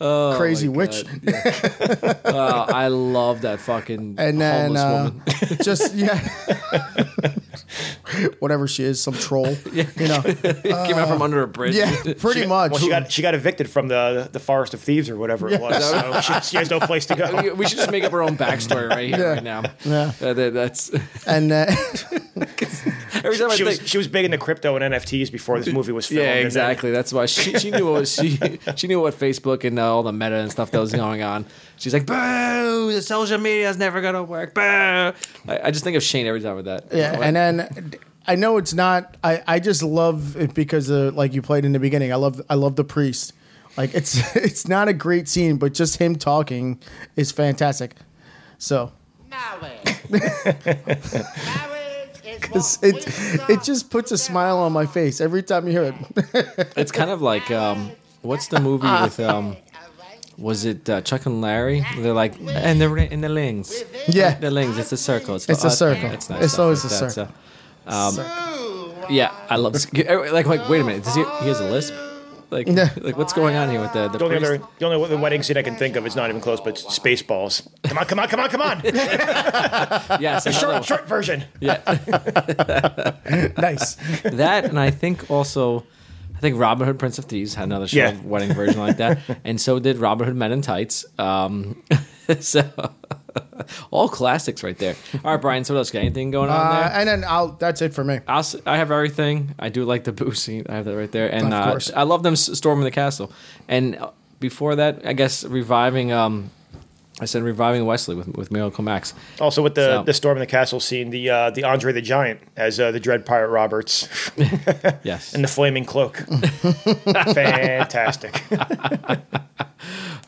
Speaker 1: Oh
Speaker 2: um, crazy witch.
Speaker 1: Uh, I love that fucking
Speaker 2: And then
Speaker 1: homeless
Speaker 2: uh,
Speaker 1: woman.
Speaker 2: just yeah, whatever she is, some troll. You know.
Speaker 1: Came out from under a bridge.
Speaker 2: Yeah, pretty much.
Speaker 3: Well, she got she got evicted from the the Forest of Thieves or whatever it was. So she, she has no place to
Speaker 1: We-
Speaker 3: go.
Speaker 1: We should just make up our own backstory right here,
Speaker 2: Yeah.
Speaker 1: right now.
Speaker 2: Yeah.
Speaker 1: Uh, that- that's
Speaker 2: and uh,
Speaker 1: every time I
Speaker 3: She was
Speaker 1: think.
Speaker 3: she was big into crypto and NFTs before this movie was filmed.
Speaker 1: yeah,
Speaker 3: and uh, then-
Speaker 1: exactly. That's why she, she knew what was, she she knew what Facebook and uh, all the meta and stuff that was going on. She's like, "Boo! The social media is never gonna work." Boo! I, I just think of Shane every time with that.
Speaker 2: yeah,
Speaker 1: Like,
Speaker 2: and then I know it's not. I I just love it because of, like you played in the beginning. I love I love the priest. Like it's it's not a great scene, but just him talking is fantastic. So
Speaker 4: Marriage. Marriage is
Speaker 2: It's,
Speaker 4: what
Speaker 2: it
Speaker 4: brings
Speaker 2: it
Speaker 4: us
Speaker 2: just puts a smile on my face every time you hear it.
Speaker 1: it's kind of like um, what's the movie with um, was it uh, Chuck and Larry? They're like, and the ri- and the lings,
Speaker 2: Yeah,
Speaker 1: the lings. It's a circle. It's,
Speaker 2: It's a
Speaker 1: uh,
Speaker 2: circle.
Speaker 1: It's nice.
Speaker 2: It's
Speaker 1: stuff
Speaker 2: always
Speaker 1: like
Speaker 2: a
Speaker 1: that,
Speaker 2: circle.
Speaker 1: so. um, Yeah, I love this. Like, like, wait a minute. Does he? He has a lisp. Like,
Speaker 2: Yeah.
Speaker 1: like, what's going on here with the the
Speaker 3: The only,
Speaker 1: priest?
Speaker 3: other, the only other wedding scene I can think of is not even close, but it's Spaceballs. Come on, come on, come on, come on!
Speaker 1: Yes, another one.
Speaker 3: Short, short version.
Speaker 1: Yeah,
Speaker 2: nice.
Speaker 1: that, and I think also, I think Robin Hood, Prince of Thieves, had another show
Speaker 3: Yeah.
Speaker 1: of wedding version like that, and so did Robin Hood Men in Tights. Um, so, all classics right there. All right, Brian. So what else? Got anything going on
Speaker 2: Uh,
Speaker 1: there?
Speaker 2: and then I'll. That's it for me.
Speaker 1: I'll, s- I have everything. I do like the boo scene. I have that right there, and
Speaker 2: Of
Speaker 1: uh,
Speaker 2: course.
Speaker 1: I love them s- storming the castle. And uh, before that, I guess reviving. Um, I said reviving Wesley with with Miracle Max.
Speaker 3: Also, with the,
Speaker 1: So-
Speaker 3: the storm in the castle scene, the uh, the Andre the Giant as uh, the Dread Pirate Roberts
Speaker 1: Yes,
Speaker 3: and the flaming cloak. Fantastic.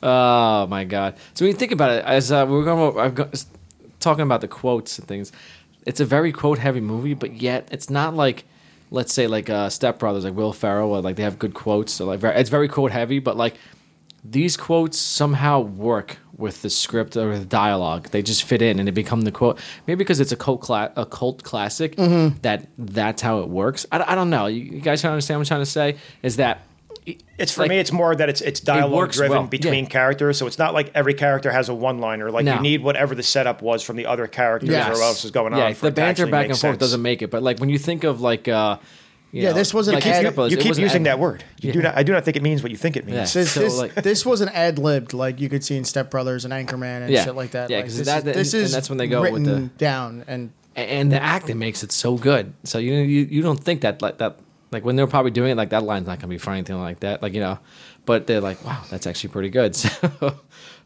Speaker 1: Oh my god! So when you think about it, as uh, we we're going, over, I've got, talking about the quotes and things. It's a very quote-heavy movie, but yet it's not like, let's say, like uh, Step Brothers, like Will Ferrell, or, like they have good quotes. So like, very, it's very quote-heavy, but like these quotes somehow work with the script or the dialogue. They just fit in and they become the quote. Maybe because it's a cult, cla- a cult classic that that's how it works. I, I don't know. You, you guys understand what I'm trying to say? Is that
Speaker 3: It's for
Speaker 1: Like-
Speaker 3: me. It's more that it's it's dialogue
Speaker 1: works
Speaker 3: driven
Speaker 1: well,
Speaker 3: between
Speaker 1: yeah.
Speaker 3: characters, so it's not like every character has a one liner. Like
Speaker 1: No.
Speaker 3: you need whatever the setup was from the other characters or what else is going on.
Speaker 1: Yeah,
Speaker 3: for
Speaker 1: the
Speaker 3: it to
Speaker 1: banter
Speaker 3: actually
Speaker 1: back
Speaker 3: make
Speaker 1: and forth
Speaker 3: sense.
Speaker 1: doesn't make it, but like when you think of like uh you
Speaker 2: Yeah,
Speaker 1: know,
Speaker 2: this wasn't
Speaker 1: like
Speaker 2: ad-
Speaker 1: Step Brothers,
Speaker 3: you
Speaker 1: it
Speaker 3: keep
Speaker 1: wasn't
Speaker 3: using
Speaker 1: ad-
Speaker 3: that word. You do
Speaker 1: Yeah.
Speaker 3: not. I do not think it means what you think it means.
Speaker 1: Yeah.
Speaker 2: This,
Speaker 1: So,
Speaker 2: this,
Speaker 1: like-
Speaker 2: this wasn't ad libbed. Like you could see in Step Brothers and Anchorman and
Speaker 1: Yeah.
Speaker 2: shit like that.
Speaker 1: Yeah,
Speaker 2: Like,
Speaker 1: 'cause
Speaker 2: this
Speaker 1: that-
Speaker 2: is-
Speaker 1: and-
Speaker 2: this
Speaker 1: and
Speaker 2: is
Speaker 1: that's when they go with
Speaker 2: written
Speaker 1: the-
Speaker 2: down and
Speaker 1: and the acting makes it so good. So you you, you don't think that like that like when they're probably doing it like that line's not gonna be funny anything like that like you know, but they're like wow that's actually pretty good. So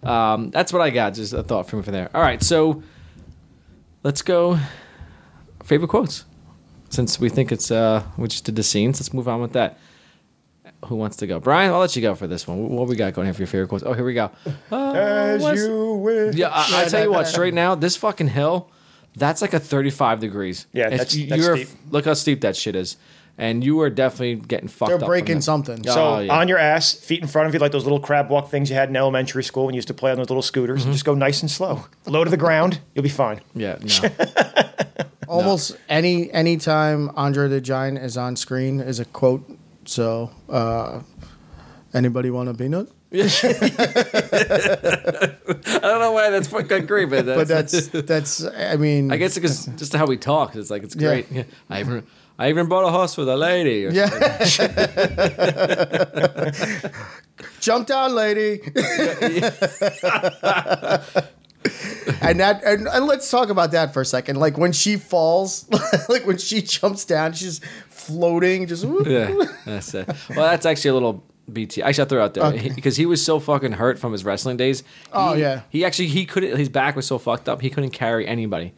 Speaker 1: um, that's what I got. Just a thought from from there. All right, so let's go favorite quotes since we think it's uh we just did the scenes. Let's move on with that. Who wants to go, Brian? I'll let you go for this one. What we got going here for your favorite quotes? Oh, here we go. Uh,
Speaker 3: As
Speaker 1: what's-
Speaker 3: you wish.
Speaker 1: yeah, uh, I, I tell you what, straight now, this fucking hill, that's like a 35 degrees.
Speaker 3: Yeah,
Speaker 1: It's-
Speaker 3: that's-
Speaker 1: you-
Speaker 3: that's
Speaker 1: you're-
Speaker 3: steep.
Speaker 1: Look how steep that shit is. And you are definitely getting fucked
Speaker 2: they're
Speaker 1: up from
Speaker 2: breaking
Speaker 1: that.
Speaker 2: something.
Speaker 1: Yeah.
Speaker 3: So
Speaker 1: Oh, yeah.
Speaker 3: on your ass, feet in front of you, like those little crab walk things you had in elementary school when you used to play on those little scooters.
Speaker 1: Mm-hmm.
Speaker 3: Just go nice and slow, low to the ground. You'll be fine.
Speaker 1: Yeah, no.
Speaker 2: Almost any any time Andre the Giant is on screen is a quote. So uh, anybody want a peanut?
Speaker 1: I don't know why that's fucking great, but that's,
Speaker 2: But that's that's. I mean,
Speaker 1: I guess because just how we talk, it's like, it's
Speaker 2: Yeah.
Speaker 1: great. Yeah. I even I even brought a horse with a lady. or
Speaker 2: Yeah. Jump down, lady. and that and, and let's talk about that for a second. Like when she falls, like when she jumps down, she's floating, just whoop.
Speaker 1: Yeah, that's it. Well, that's actually a little BT. Actually, I'll throw it out there
Speaker 2: Okay.
Speaker 1: because he, was so fucking hurt from his wrestling days.
Speaker 2: Oh,
Speaker 1: He-
Speaker 2: yeah.
Speaker 1: he actually he couldn't. His back was so fucked up he couldn't carry anybody.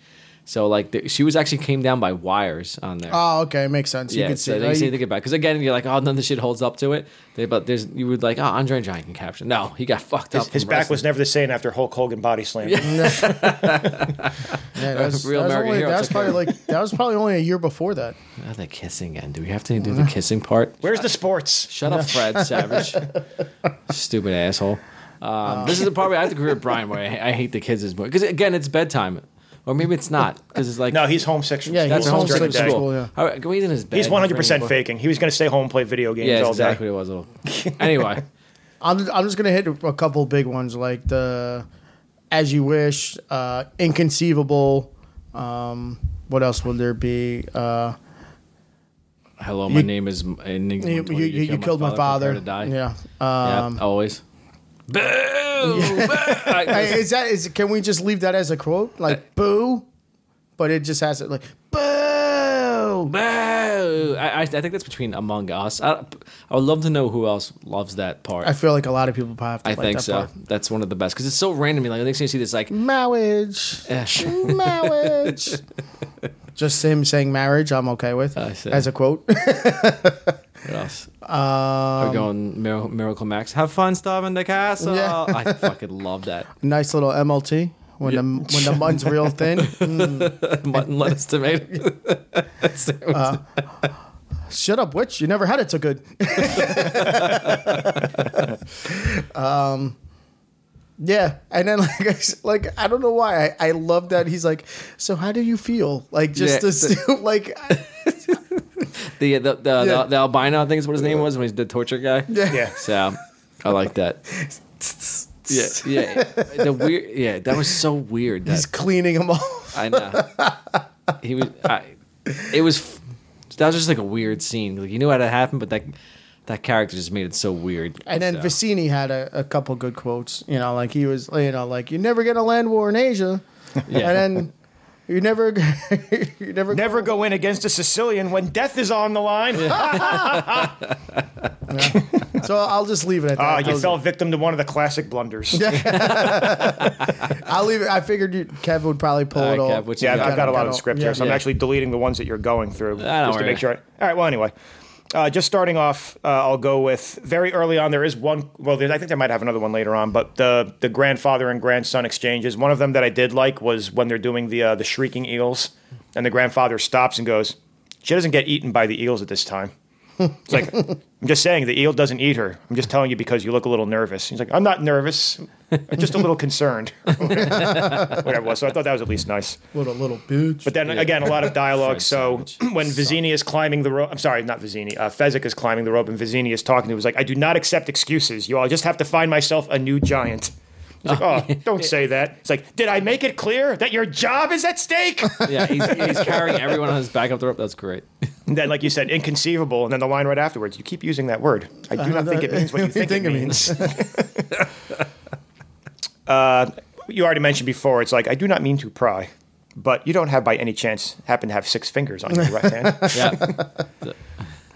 Speaker 1: So like the, she was actually came down by wires on there.
Speaker 2: Oh, okay, makes sense. you
Speaker 1: yeah,
Speaker 2: can
Speaker 1: so
Speaker 2: see.
Speaker 1: they say
Speaker 2: Like,
Speaker 1: to get back because again you're like oh none of the shit holds up to it. They, but there's you would like oh Andre Giant can capture. No, he got fucked
Speaker 3: His,
Speaker 1: up.
Speaker 3: his
Speaker 1: from
Speaker 3: back was
Speaker 1: wrestling.
Speaker 3: never the same after Hulk Hogan body slam.
Speaker 2: yeah, that was,
Speaker 1: Real
Speaker 2: that was
Speaker 1: American
Speaker 2: only-
Speaker 1: hero
Speaker 2: that was
Speaker 1: took
Speaker 2: probably like that was probably only a year before that.
Speaker 1: Oh, the kissing end. Do we have to do
Speaker 2: Uh-huh.
Speaker 1: the kissing part?
Speaker 3: Where's the sports?
Speaker 1: Shut up, Fred Savage. Stupid asshole. Um, this is the part where I have to agree with Brian where I, I hate the kids as much. Because again, it's bedtime. Or maybe it's not. Because it's like,
Speaker 3: No, he's homesick. from
Speaker 2: Yeah,
Speaker 3: school
Speaker 2: he's
Speaker 3: during the
Speaker 2: homesick from
Speaker 3: day.
Speaker 2: school. yeah.
Speaker 1: All right, go eat in his bed.
Speaker 3: He's one hundred percent
Speaker 1: Bring-
Speaker 3: faking. He was going to stay home and play video games
Speaker 1: Yeah, that's
Speaker 3: all day.
Speaker 1: exactly what it was. Little. Anyway,
Speaker 2: I'm, I'm just gonna hit a couple big ones like the as you wish, uh, inconceivable. Um, what else would there be? Uh,
Speaker 1: hello, my
Speaker 2: You-
Speaker 1: name is uh, Enigma.
Speaker 2: you,
Speaker 1: 20.
Speaker 2: you, you, killed my father.
Speaker 1: prepare to die.
Speaker 2: Yeah.
Speaker 1: Yeah,
Speaker 2: Um,
Speaker 1: always. Boo! Boo!
Speaker 2: I- Is that is? Can we just leave that as a quote?
Speaker 1: Uh,
Speaker 2: Like boo, but it just has it like boo.
Speaker 1: Boo! I, I, I think that's between Among Us. I, I would love to know who else loves that part.
Speaker 2: I feel like a lot of people probably have to
Speaker 1: I
Speaker 2: like
Speaker 1: think
Speaker 2: that
Speaker 1: so.
Speaker 2: part.
Speaker 1: That's one of the best because it's so randomly. Like the next thing you see, this like
Speaker 2: Marriage,
Speaker 1: eh,
Speaker 2: marriage. just him saying marriage, I'm okay with
Speaker 1: I see.
Speaker 2: as a quote.
Speaker 1: what else? Um, We're going Miracle, Miracle Max. Have fun starving the castle.
Speaker 2: Yeah.
Speaker 1: I fucking love that
Speaker 2: nice little MLT when the when the mun's real thin.
Speaker 1: mutton lettuce tomato. That's it.
Speaker 2: Uh, Shut up, witch! You never had it so good. um, Um, yeah, and then like I, s- like I don't know why I, I love that he's like. So how do you feel? Like just
Speaker 1: Yeah,
Speaker 2: this like
Speaker 1: the the the,
Speaker 2: Yeah.
Speaker 1: the, the albino. I think is what his name was when he's the torture guy.
Speaker 3: Yeah.
Speaker 1: So I like that. Yeah, yeah. The weird. Yeah, that was so weird. That,
Speaker 2: he's cleaning him off.
Speaker 1: I know. He was. I, it was. f- That was just like a weird scene. Like you knew how that happened, but that that character just made it so weird.
Speaker 2: And then
Speaker 1: So,
Speaker 2: Vicini had a, a couple good quotes. You know, like he was you know like you never get a land war in Asia,
Speaker 1: yeah.
Speaker 2: and then. You never, you never,
Speaker 3: Never go in against a Sicilian when death is on the line.
Speaker 2: So I'll just leave it at that.
Speaker 3: Ah, you
Speaker 2: Those-
Speaker 3: fell victim to one of the classic blunders. Yeah,
Speaker 2: I'll leave it. I figured you, Kev would probably pull
Speaker 1: All
Speaker 2: it
Speaker 1: right,
Speaker 2: all.
Speaker 1: Kev, what you
Speaker 3: I've,
Speaker 1: got?
Speaker 3: I've got a lot of
Speaker 2: Yeah.
Speaker 3: script here, so I'm
Speaker 1: Yeah.
Speaker 3: actually deleting the ones that you're going through
Speaker 1: Ah, don't
Speaker 3: just to
Speaker 1: worry.
Speaker 3: make sure. I, all right. Well, anyway, uh, just starting off, uh, I'll go with very early on. There is one. Well, there, I think they might have another one later on, but the the grandfather and grandson exchanges. One of them that I did like was when they're doing the uh, the shrieking eels, and the grandfather stops and goes, "She doesn't get eaten by the eels at this time." It's like I'm just saying the eel doesn't eat her. I'm just telling you because you look a little nervous. He's like, I'm not nervous. I'm just a little concerned. Whatever it was. So I thought that was at least nice.
Speaker 2: Little little bitch.
Speaker 3: But then again, a lot of
Speaker 1: Fred
Speaker 3: dialogue. so
Speaker 1: Savage.
Speaker 3: when Vizini is climbing the rope, I'm sorry, not Vizini. Uh, Fezzik is climbing the rope, and Vizini is talking to him. He's like, "I do not accept excuses. You all just have to find myself a new giant." He's like, oh, don't say that. It's like, did I make it clear that your job is at stake?
Speaker 1: Yeah, he's, he's carrying everyone on his back up the rope. That's great.
Speaker 3: and then, like you said, inconceivable. And then the line right afterwards, you keep using that word. I do not think it means what you think, it means. uh, you already mentioned before, it's like, I do not mean to pry, but you don't have by any chance happen to have six fingers on your right hand.
Speaker 1: Yeah.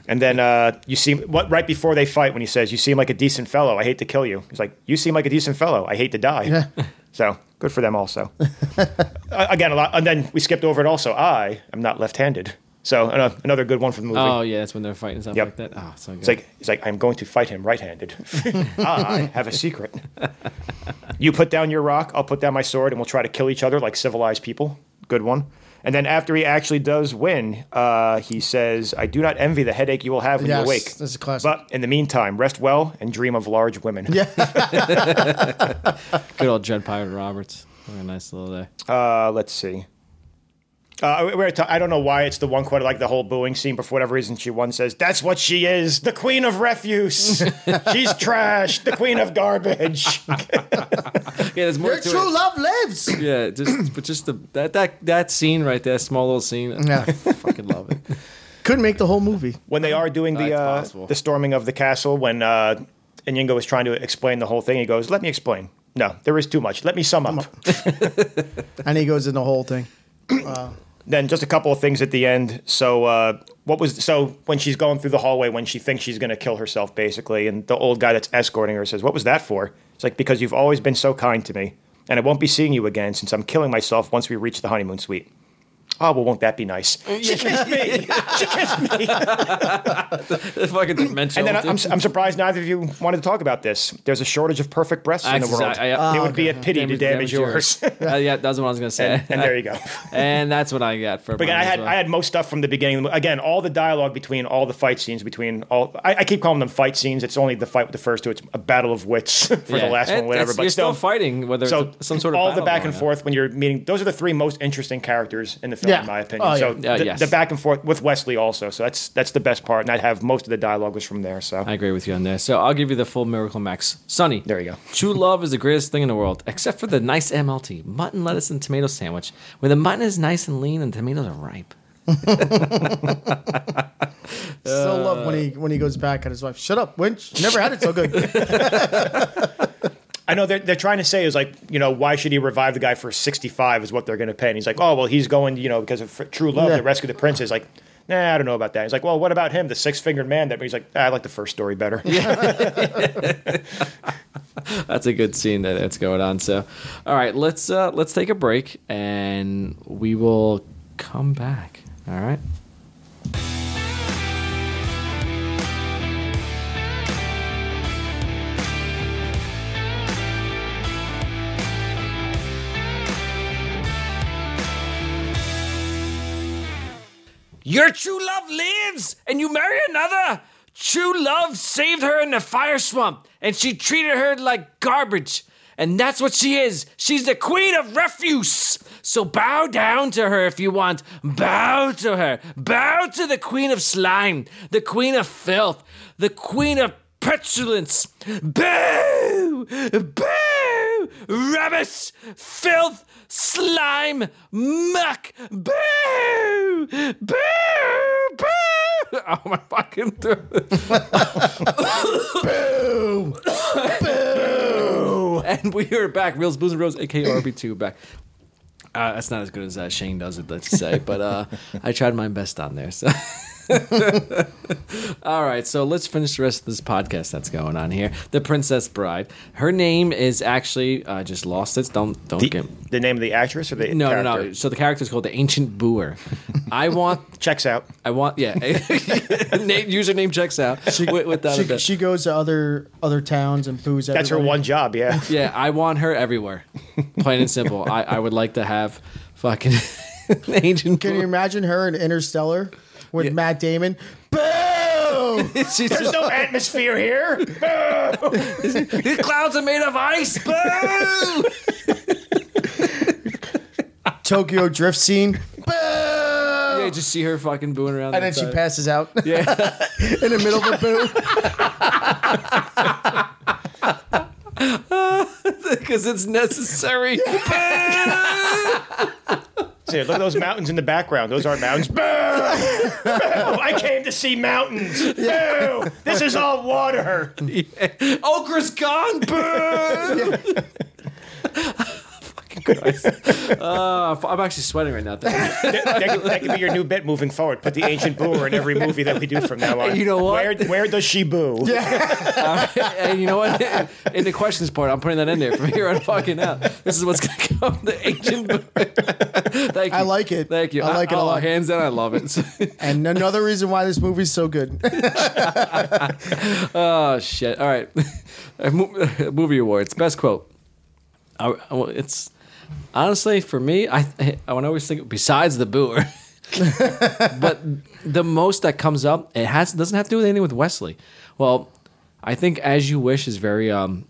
Speaker 3: And then uh, you seem what right before they fight when he says, "You seem like a decent fellow. I hate to kill you." He's like, "You seem like a decent fellow. I hate to die."
Speaker 2: Yeah.
Speaker 3: So good for them also. uh, again, a lot. And then we skipped over it also. I am not left-handed. So an- uh, another good one from the movie.
Speaker 1: Oh yeah, that's when they're fighting stuff
Speaker 3: Yep.
Speaker 1: like that. Oh, so good.
Speaker 3: It's like it's like I'm going to fight him right-handed. I have a secret. You put down your rock, I'll put down my sword, and we'll try to kill each other like civilized people. Good one. And then after he actually does win, uh, he says, "I do not envy the headache you will have when you
Speaker 2: Yes,
Speaker 3: awake."
Speaker 2: this is classic.
Speaker 3: But in the meantime, rest well and dream of large women. Yeah.
Speaker 1: good old Dread Pirate Roberts. What a nice little day.
Speaker 3: Uh, let's see. Uh, we- we were ta- I don't know why it's the one quote like the whole booing scene, but for whatever reason, she one says, "That's what she is, the queen of refuse. She's trash, the queen of garbage."
Speaker 1: Yeah, there's more
Speaker 2: Your
Speaker 1: to
Speaker 2: true
Speaker 1: it.
Speaker 2: love lives.
Speaker 1: Yeah, just but just the that that that scene right there, small little scene.
Speaker 2: Yeah.
Speaker 1: I fucking love it.
Speaker 2: Couldn't make the whole movie.
Speaker 3: when they are doing the
Speaker 1: That's
Speaker 3: uh,
Speaker 1: possible.
Speaker 3: the storming of the castle when uh, Iñigo is trying to explain the whole thing, he goes, "Let me explain." No, there is too much. Let me sum up.
Speaker 2: And he goes in the whole thing.
Speaker 3: then just a couple of things at the end. So uh, what was so when she's going through the hallway when she thinks she's going to kill herself basically, and the old guy that's escorting her says, "What was that for?" It's like because you've always been so kind to me, and I won't be seeing you again since I'm killing myself once we reach the honeymoon suite. Oh well, won't that be nice? She kissed me. she kissed me.
Speaker 1: The fucking dimensional.
Speaker 3: And then I-
Speaker 1: dude.
Speaker 3: I'm, I'm surprised neither of you wanted to talk about this. There's a shortage of perfect breasts in the
Speaker 1: Actually,
Speaker 3: world.
Speaker 1: I- I-
Speaker 3: it
Speaker 1: Oh,
Speaker 3: would be a pity to damage, yours.
Speaker 1: Uh, yeah, that's what I was gonna say.
Speaker 3: and there you go.
Speaker 1: And that's what I got for.
Speaker 3: But again,
Speaker 1: mine
Speaker 3: I
Speaker 1: as
Speaker 3: had
Speaker 1: well.
Speaker 3: I had most stuff from the beginning. of the mo- Again, all the dialogue between all the fight scenes between all I, I keep calling them fight scenes. It's only the fight with the first two. It's a battle of wits for
Speaker 1: Yeah.
Speaker 3: the last
Speaker 1: And
Speaker 3: one, whatever.
Speaker 1: that's-
Speaker 3: But
Speaker 1: you're
Speaker 3: still,
Speaker 1: still fighting whether
Speaker 3: so
Speaker 1: it's a- some sort of
Speaker 3: all the
Speaker 1: battle
Speaker 3: back
Speaker 1: going
Speaker 3: and
Speaker 1: on.
Speaker 3: forth when you're meeting. Those are the three most interesting characters in the film,
Speaker 2: Yeah.
Speaker 3: in my opinion.
Speaker 2: Oh, yeah.
Speaker 3: So
Speaker 1: Yeah,
Speaker 3: the,
Speaker 1: yes.
Speaker 3: the back and forth with Wesley also. So that's that's the best part. And I'd have most of the dialogue was from there. So
Speaker 1: I agree with you on there. So I'll give you the full Miracle Max. Sonny.
Speaker 3: There you go.
Speaker 1: True love is the greatest thing in the world, except for the nice MLT, mutton, lettuce, and tomato sandwich, where the mutton is nice and lean and tomatoes are ripe.
Speaker 2: Still love when he when he goes back at his wife. Shut up, Winch. Never had it so good.
Speaker 3: I know they're, they're trying to say is like, you know, why should he revive the guy for 65 is what they're going to pay. And he's like, oh, well, he's going, you know, because of f- true love
Speaker 2: Yeah.
Speaker 3: to rescue the princess. Like, nah, I don't know about that. He's like, well, what about him, the six fingered man? That he's like, "Ah, I like the first story better.
Speaker 1: That's a good scene that, that's going on. So, all right, let's uh, let's take a break and we will come back. All right. Your true love lives, and you marry another. True love saved her in the fire swamp, and she treated her like garbage. And that's what she is. She's the queen of refuse. So bow down to her if you want. Bow to her. Bow to the queen of slime, the queen of filth, the queen of petulance. Boo! Boo! Rubbish! Filth! Slime! Muck! Boo! Boo! Boo! Oh my fucking throat. Boo! Boo! And we are back. Reels, Booze, and Rose, aka RB2, back. Uh, that's not as good as uh, Shane does it, let's say, but uh, I tried my best on there. So. All right, so let's finish the rest of this podcast that's going on here. The Princess Bride. Her name is actually I just lost it. Don't don't
Speaker 3: the,
Speaker 1: get
Speaker 3: the name of the actress or the
Speaker 1: no
Speaker 3: character?
Speaker 1: no no. So the character is called the Ancient Boer. I want
Speaker 3: Checks out.
Speaker 1: I want yeah. name, username checks out. Wi- without a
Speaker 2: she,
Speaker 1: doubt.
Speaker 2: she goes to other other towns and boos.
Speaker 3: That's her one job, yeah.
Speaker 1: yeah, I want her everywhere. Plain and simple. I, I would like to have fucking Ancient
Speaker 2: Can you
Speaker 1: Boer.
Speaker 2: imagine her in Interstellar with Matt Damon?
Speaker 3: Boo!
Speaker 1: She's
Speaker 3: There's
Speaker 1: just-
Speaker 3: no atmosphere here. Boo!
Speaker 1: These clouds are made of ice. Boo!
Speaker 2: Tokyo drift scene,
Speaker 1: yeah, just see her fucking booing around.
Speaker 2: and then she
Speaker 1: outside.
Speaker 2: passes out
Speaker 1: Yeah.
Speaker 2: in the middle of a boo.
Speaker 1: because it's necessary.
Speaker 3: See, look at those mountains in the background. Those aren't mountains. Boo! Boo! I came to see mountains. Boo! This is all water.
Speaker 1: Okra's gone. Boo! Fucking Christ. Uh, I'm actually sweating right now. thinking about it.
Speaker 3: That, that could, that could be your new bet moving forward. Put the ancient boomer in every movie that we do from now on.
Speaker 1: You know what?
Speaker 3: Where, where does she boo?
Speaker 1: and you know what? In the questions part, I'm putting that in there from here on fucking out. This is what's gonna come. The ancient. Thank you.
Speaker 2: I like it.
Speaker 1: Thank you.
Speaker 2: I like it a
Speaker 1: oh,
Speaker 2: lot.
Speaker 1: Hands down, I love it.
Speaker 2: And another reason why this movie's so good.
Speaker 1: Oh shit! All right, Mo- movie awards. Best quote. I, I- well, it's honestly for me. I I would always think besides the booer, but the most that comes up it has doesn't have to do with anything with Wesley. Well, I think as you wish is very um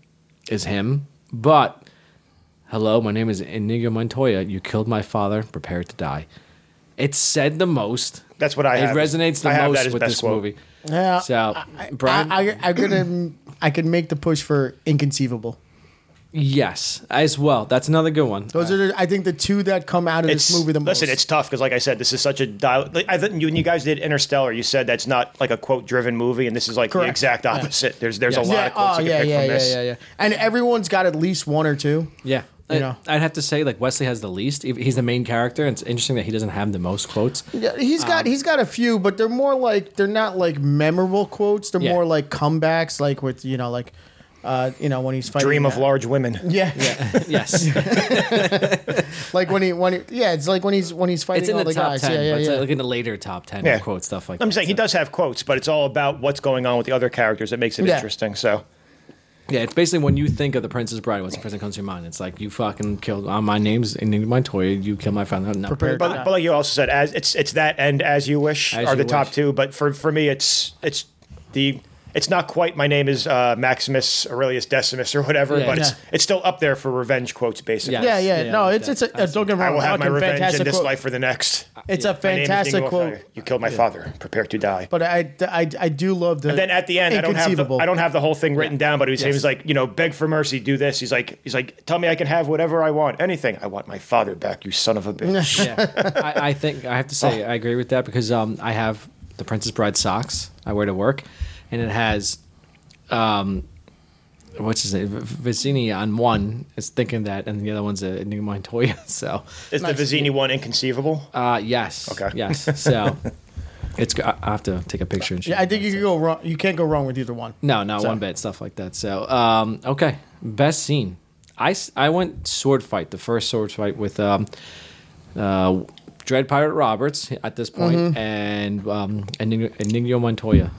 Speaker 1: is him, but hello, my name is Inigo Montoya. You killed my father. Prepare to die. It's said the most.
Speaker 3: That's what I
Speaker 1: It
Speaker 3: have.
Speaker 1: resonates the
Speaker 3: I have that
Speaker 1: most
Speaker 3: as
Speaker 1: with
Speaker 3: best
Speaker 1: this
Speaker 3: quote.
Speaker 1: movie.
Speaker 2: Yeah.
Speaker 1: So,
Speaker 2: I,
Speaker 1: Brian,
Speaker 2: I, I, I could um, I could make the push for inconceivable.
Speaker 1: Yes, as well. That's another good one.
Speaker 2: Those are, the, I think, the two that come out of
Speaker 3: It's,
Speaker 2: this movie the most.
Speaker 3: listen, it's tough because, like I said, this is such a dial. Like, I think you, when you guys did Interstellar, you said that's not like a quote-driven movie, and this is like
Speaker 2: Correct.
Speaker 3: the exact opposite. There's there's a lot
Speaker 2: yeah,
Speaker 3: of
Speaker 2: oh,
Speaker 3: quotes you
Speaker 2: yeah,
Speaker 3: can pick
Speaker 2: yeah,
Speaker 3: from
Speaker 2: yeah,
Speaker 3: this.
Speaker 2: yeah, yeah. And everyone's got at least one or two.
Speaker 1: Yeah.
Speaker 2: You
Speaker 1: I,
Speaker 2: know.
Speaker 1: would have to say like Wesley has the least. He- He's the main character. and It's interesting that he doesn't have the most quotes.
Speaker 2: Yeah, he's got he's got a few, but they're more like they're not like memorable quotes. They're
Speaker 1: Yeah.
Speaker 2: more like comebacks, like with you know, like uh, you know when he's fighting.
Speaker 3: Dream of
Speaker 2: uh,
Speaker 3: large women.
Speaker 2: Yeah,
Speaker 1: yes,
Speaker 2: like when he when he, yeah, it's like when he's when he's fighting
Speaker 1: it's in
Speaker 2: all
Speaker 1: the,
Speaker 2: the,
Speaker 1: top
Speaker 2: guys.
Speaker 1: ten.
Speaker 2: yeah, yeah,
Speaker 1: but it's uh,
Speaker 2: yeah.
Speaker 1: like in the later top ten
Speaker 3: Yeah.
Speaker 1: quote stuff like.
Speaker 3: I'm
Speaker 1: that.
Speaker 3: saying he
Speaker 1: So-
Speaker 3: does have quotes, but it's all about what's going on with the other characters that makes it
Speaker 2: Yeah.
Speaker 3: interesting. So
Speaker 1: Yeah, it's basically when you think of the Princess Bride, what's the first thing that comes to your mind? It's like you fucking killed. Uh, my name's Inigo Montoya. You killed my father. No, prepare-
Speaker 2: Prepare-
Speaker 3: But, but like you also said, as it's it's that and as you wish
Speaker 1: As
Speaker 3: are
Speaker 1: You
Speaker 3: the top
Speaker 1: Wish.
Speaker 3: two. But for for me, it's it's the it's not quite my name is uh, Maximus Aurelius Decimus or whatever,
Speaker 1: Yeah.
Speaker 3: but it's
Speaker 2: Yeah.
Speaker 3: it's still up there for revenge quotes basically.
Speaker 1: Yeah.
Speaker 2: yeah, yeah,
Speaker 1: Yeah,
Speaker 2: no,
Speaker 1: like
Speaker 2: it's
Speaker 1: that.
Speaker 2: it's a, uh, don't get me
Speaker 3: I
Speaker 2: wrong,
Speaker 3: will have my
Speaker 2: fucking
Speaker 3: revenge in
Speaker 2: fantastic
Speaker 3: this
Speaker 2: quote.
Speaker 3: life or the next.
Speaker 2: It's a
Speaker 3: My name is
Speaker 2: fantastic
Speaker 3: Dingo
Speaker 2: quote,
Speaker 3: O'Fallon. You killed my father. Prepare to die.
Speaker 2: but I, I I do love the.
Speaker 3: And then at the end, I don't have the,
Speaker 2: inconceivable.
Speaker 3: I don't have the whole thing written down, but he was, he
Speaker 1: Yes.
Speaker 3: was like, you know, beg for mercy, do this. He's like, he's like, tell me I can have whatever I want, anything. I want my father back, you son of a bitch.
Speaker 1: yeah, I, I think I have to say I agree with that because um, I have the Princess Bride socks I wear to work, and it has, um, what's his name, V- Vicini on one is thinking that, and the other one's a New Montoya. So,
Speaker 3: Is the Vizzini one inconceivable?
Speaker 1: uh, yes,
Speaker 3: Okay.
Speaker 1: yes. So, it's g- I I have to take a picture and shit.
Speaker 2: Yeah, I think you can go wrong. You can't go wrong with either one.
Speaker 1: No, not one bit. Stuff like that. So, um, okay, best scene. I, s- I went sword fight. The first sword fight with um, uh, Dread Pirate Roberts at this point,
Speaker 3: Mm-hmm.
Speaker 1: and um, Inigo, Inigo Montoya.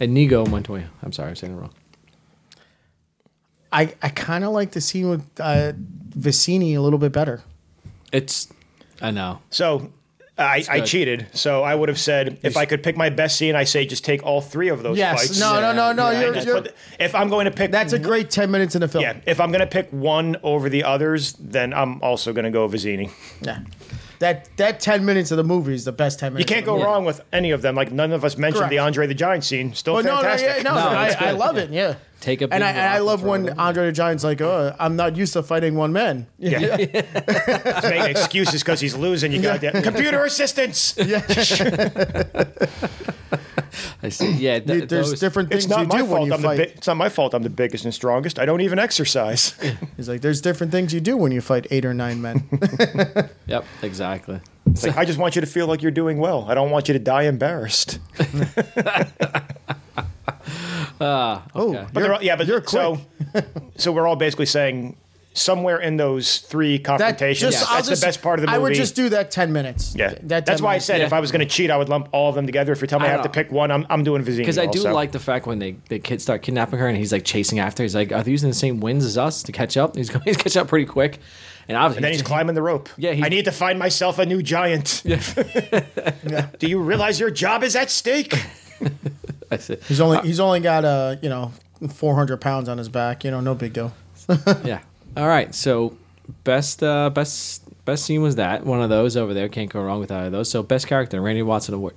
Speaker 1: Inigo Montoya. I'm sorry, I'm saying it wrong.
Speaker 2: I, I kind of like the scene with uh, Vicini a little bit better.
Speaker 1: It's I know.
Speaker 3: So I, I
Speaker 1: good.
Speaker 3: cheated. So I would have said if I could pick my best scene, I say just take all three of those
Speaker 2: Yes.
Speaker 3: fights.
Speaker 2: No, no, no, no.
Speaker 1: Yeah,
Speaker 2: you're,
Speaker 3: Just
Speaker 2: you're,
Speaker 3: put the- if I'm going to pick,
Speaker 2: that's a great 10 minutes in the film.
Speaker 3: yeah. If I'm going to pick one over the others, then I'm also going to go Vizzini.
Speaker 2: Yeah. That that 10 minutes of the movie is the best 10
Speaker 3: You
Speaker 2: minutes.
Speaker 3: can't go
Speaker 1: Yeah.
Speaker 3: wrong with any of them. Like none of us mentioned
Speaker 2: Correct.
Speaker 3: the Andre the Giant scene. Still
Speaker 2: But no, no,
Speaker 3: fantastic.
Speaker 2: yeah, no,
Speaker 1: No,
Speaker 2: I,
Speaker 1: it's
Speaker 2: I
Speaker 1: good.
Speaker 2: love it. Yeah.
Speaker 1: Take a
Speaker 2: and I,
Speaker 1: big
Speaker 2: and I
Speaker 1: rock
Speaker 2: love
Speaker 1: and throw it
Speaker 2: when
Speaker 1: in.
Speaker 2: Andre the Giant's like, oh, I'm not used to fighting one man.
Speaker 3: Yeah. He's making excuses because he's losing. You got that. Computer assistance.
Speaker 1: I see. Yeah, th-
Speaker 2: There's
Speaker 1: those-
Speaker 2: different things
Speaker 3: It's not
Speaker 2: you
Speaker 3: my
Speaker 2: do when
Speaker 3: fault.
Speaker 2: you
Speaker 3: I'm the
Speaker 2: fight.
Speaker 3: bi- it's not my fault. I'm the biggest and strongest. I don't even exercise.
Speaker 2: He's like, there's different things you do when you fight eight or nine men.
Speaker 1: Yep, exactly.
Speaker 3: It's like, I just want you to feel like you're doing well. I don't want you to die embarrassed.
Speaker 2: Oh,
Speaker 1: Okay.
Speaker 3: But
Speaker 2: you're-
Speaker 3: they're all, yeah, but
Speaker 2: you're
Speaker 3: so
Speaker 2: quick.
Speaker 3: so we're all basically saying somewhere in those three
Speaker 2: That
Speaker 3: confrontations,
Speaker 2: just, I'll
Speaker 3: that's
Speaker 2: just-
Speaker 3: the best part of the movie.
Speaker 2: I would just do that 10 minutes.
Speaker 3: yeah,
Speaker 2: That 10
Speaker 3: that's why I
Speaker 2: minutes.
Speaker 3: said
Speaker 1: Yeah.
Speaker 3: if I was going to cheat, I would lump all of them together. If you're telling me
Speaker 1: I
Speaker 3: I have to
Speaker 1: don't-
Speaker 3: pick one, I'm, I'm doing Vizini.
Speaker 1: Because I do
Speaker 3: also.
Speaker 1: like the fact when they the kids start kidnapping her and he's like chasing after. He's like, are they using the same winds as us to catch up? He's going he's catch up pretty quick, and obviously
Speaker 3: And then he's climbing the rope.
Speaker 1: Yeah, he-
Speaker 3: I need to find myself a new giant. Do you realize your job is at stake?
Speaker 1: I said-
Speaker 2: He's only he's only got uh, you know 400 pounds on his back. You know, no big deal.
Speaker 1: yeah. All right. So best uh, best best scene was that one of those over there. Can't go wrong with either of those. So best character, Randy Watson award.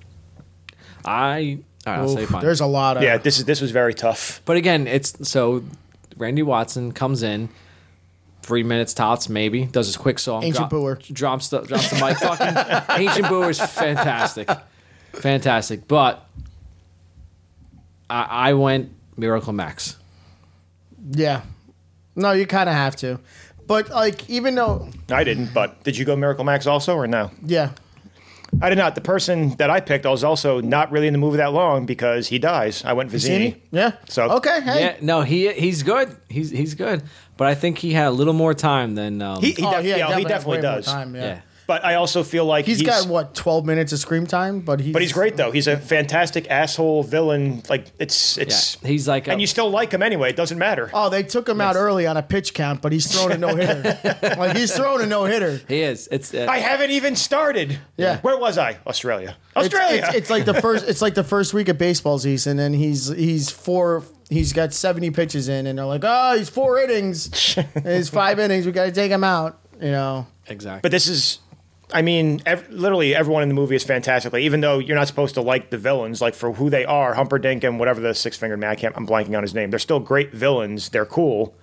Speaker 1: I all right, I'll say
Speaker 2: Oof,
Speaker 1: fine.
Speaker 2: There's a lot of
Speaker 3: yeah, this is this was very tough.
Speaker 1: but again, it's so Randy Watson comes in. three minutes tops, maybe. Does his quick song.
Speaker 2: Ancient Booer.
Speaker 1: Drops the, drops the mic. Fucking Ancient Booer is fantastic. Fantastic. But I, I went Miracle Max.
Speaker 2: Yeah. No, you kind of have to. But like, even though,
Speaker 3: I didn't, but did you go Miracle Max also or no?
Speaker 2: yeah,
Speaker 3: I did not. The person that I picked I was also not really in the movie that long because he dies. I went Vizini.
Speaker 2: yeah.
Speaker 3: So-
Speaker 2: okay, hey,
Speaker 1: Yeah, no, he he's good. He's he's good. But I think he had a little more time than um,
Speaker 3: He, he,
Speaker 2: Oh,
Speaker 3: def-
Speaker 2: yeah,
Speaker 3: yeah,
Speaker 2: definitely
Speaker 3: he definitely
Speaker 2: way more
Speaker 3: does.
Speaker 2: time, yeah.
Speaker 1: yeah.
Speaker 3: But I also feel like
Speaker 2: he's got what twelve minutes of screen time, but he's
Speaker 3: But he's great though. He's a fantastic asshole villain. Like it's it's
Speaker 1: Yeah, he's like a-
Speaker 3: and you still like him anyway. It doesn't matter.
Speaker 2: Oh, they took him out early on a pitch count, but he's thrown a no hitter. like he's thrown a no hitter.
Speaker 1: He is. It's uh,
Speaker 3: I haven't even started.
Speaker 2: Yeah.
Speaker 3: Where was I? Australia.
Speaker 2: It's,
Speaker 3: Australia.
Speaker 2: it's, it's like the first. It's like the first week of baseball season, and he's he's four. He's got seventy pitches in, and they're like, oh, he's four innings. he's five innings. We got to take him out. You know.
Speaker 1: exactly.
Speaker 3: but this is. I mean, ev- literally everyone in the movie is fantastic. Like, even though you're not supposed to like the villains, like for who they are, Humperdinck and whatever the six fingered man, I can't, I'm blanking on his name. They're still great villains. They're cool.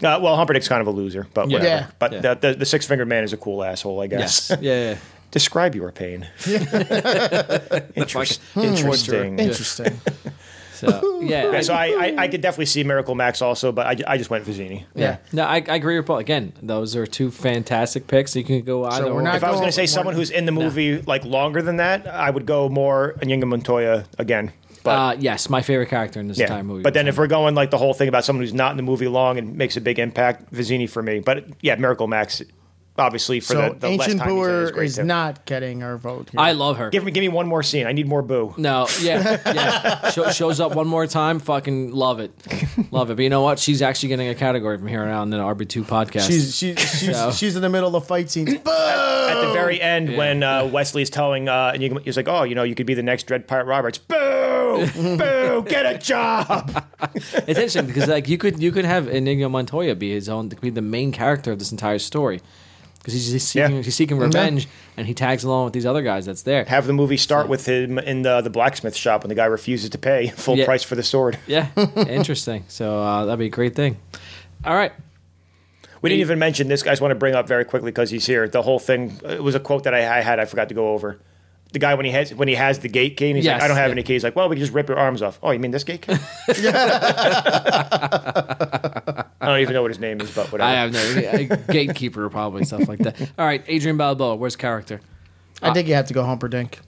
Speaker 3: Uh, well, Humperdinck's kind of a loser, but whatever.
Speaker 2: Yeah.
Speaker 3: But
Speaker 1: Yeah.
Speaker 3: the, the, the six fingered man is a cool asshole, I guess.
Speaker 1: yes. Yeah. yeah.
Speaker 3: Describe your pain. Interest- interesting.
Speaker 2: Interesting.
Speaker 1: So yeah.
Speaker 3: Yeah,
Speaker 1: I-
Speaker 3: so I, I, I could definitely see Miracle Max also, but I, I just went Vizzini.
Speaker 1: yeah. No, I, I agree with Paul. Again, those are two fantastic picks. You can go either.
Speaker 2: we're
Speaker 1: or.
Speaker 2: not
Speaker 3: If I was
Speaker 2: go
Speaker 3: going to say
Speaker 2: with
Speaker 3: someone
Speaker 2: one-
Speaker 3: who's in the movie like longer than that, I would go more Anyinga Montoya again. But
Speaker 1: uh, yes, my favorite character in this
Speaker 3: yeah,
Speaker 1: entire movie.
Speaker 3: but then if we're going like the whole thing about someone who's not in the movie long and makes a big impact, Vizzini for me. But yeah, Miracle Max, obviously for
Speaker 2: So
Speaker 3: the, the less
Speaker 2: ancient
Speaker 3: time he's in, is
Speaker 2: Boer
Speaker 3: great
Speaker 2: is
Speaker 3: too.
Speaker 2: not getting our vote. Here.
Speaker 1: I love her.
Speaker 3: Give me give me one more scene. I need more boo.
Speaker 1: No, yeah, yeah. Show, shows up one more time. Fucking love it, love it. But you know what? She's actually getting a category from here on out in the RB two podcast.
Speaker 2: She's she's she's,
Speaker 1: So-
Speaker 2: she's in the middle of the fight scenes.
Speaker 3: At the very end, when uh, Wesley's telling, uh, and he's like, "Oh, you know, you could be the next Dread Pirate Roberts." Boo, boo, get a job.
Speaker 1: it's interesting because like you could you could have Inigo Montoya be his own be the main character of this entire story because he's, he's seeking
Speaker 3: Yeah.
Speaker 1: he's seeking revenge and he tags along with these other guys that's there.
Speaker 3: Have the movie start with him in the, the blacksmith shop when the guy refuses to pay full
Speaker 1: Yeah.
Speaker 3: price for the sword.
Speaker 1: Yeah, interesting. So uh, that'd be a great thing. All right,
Speaker 3: We didn't even mention this. I just want to bring up very quickly because he's here. The whole thing. It was a quote that I, I had. I forgot to go over. The guy when he has when he has the gate key, and he's
Speaker 1: Yes,
Speaker 3: like, "I don't have
Speaker 1: yeah.
Speaker 3: any keys." Like, well, we can just rip your arms off. Oh, you mean this gate key? I don't even know what his name is, but whatever.
Speaker 1: I have no a gatekeeper probably stuff like that. All right, Adrian Balboa, where's character?
Speaker 2: I think you have to go Humperdinck.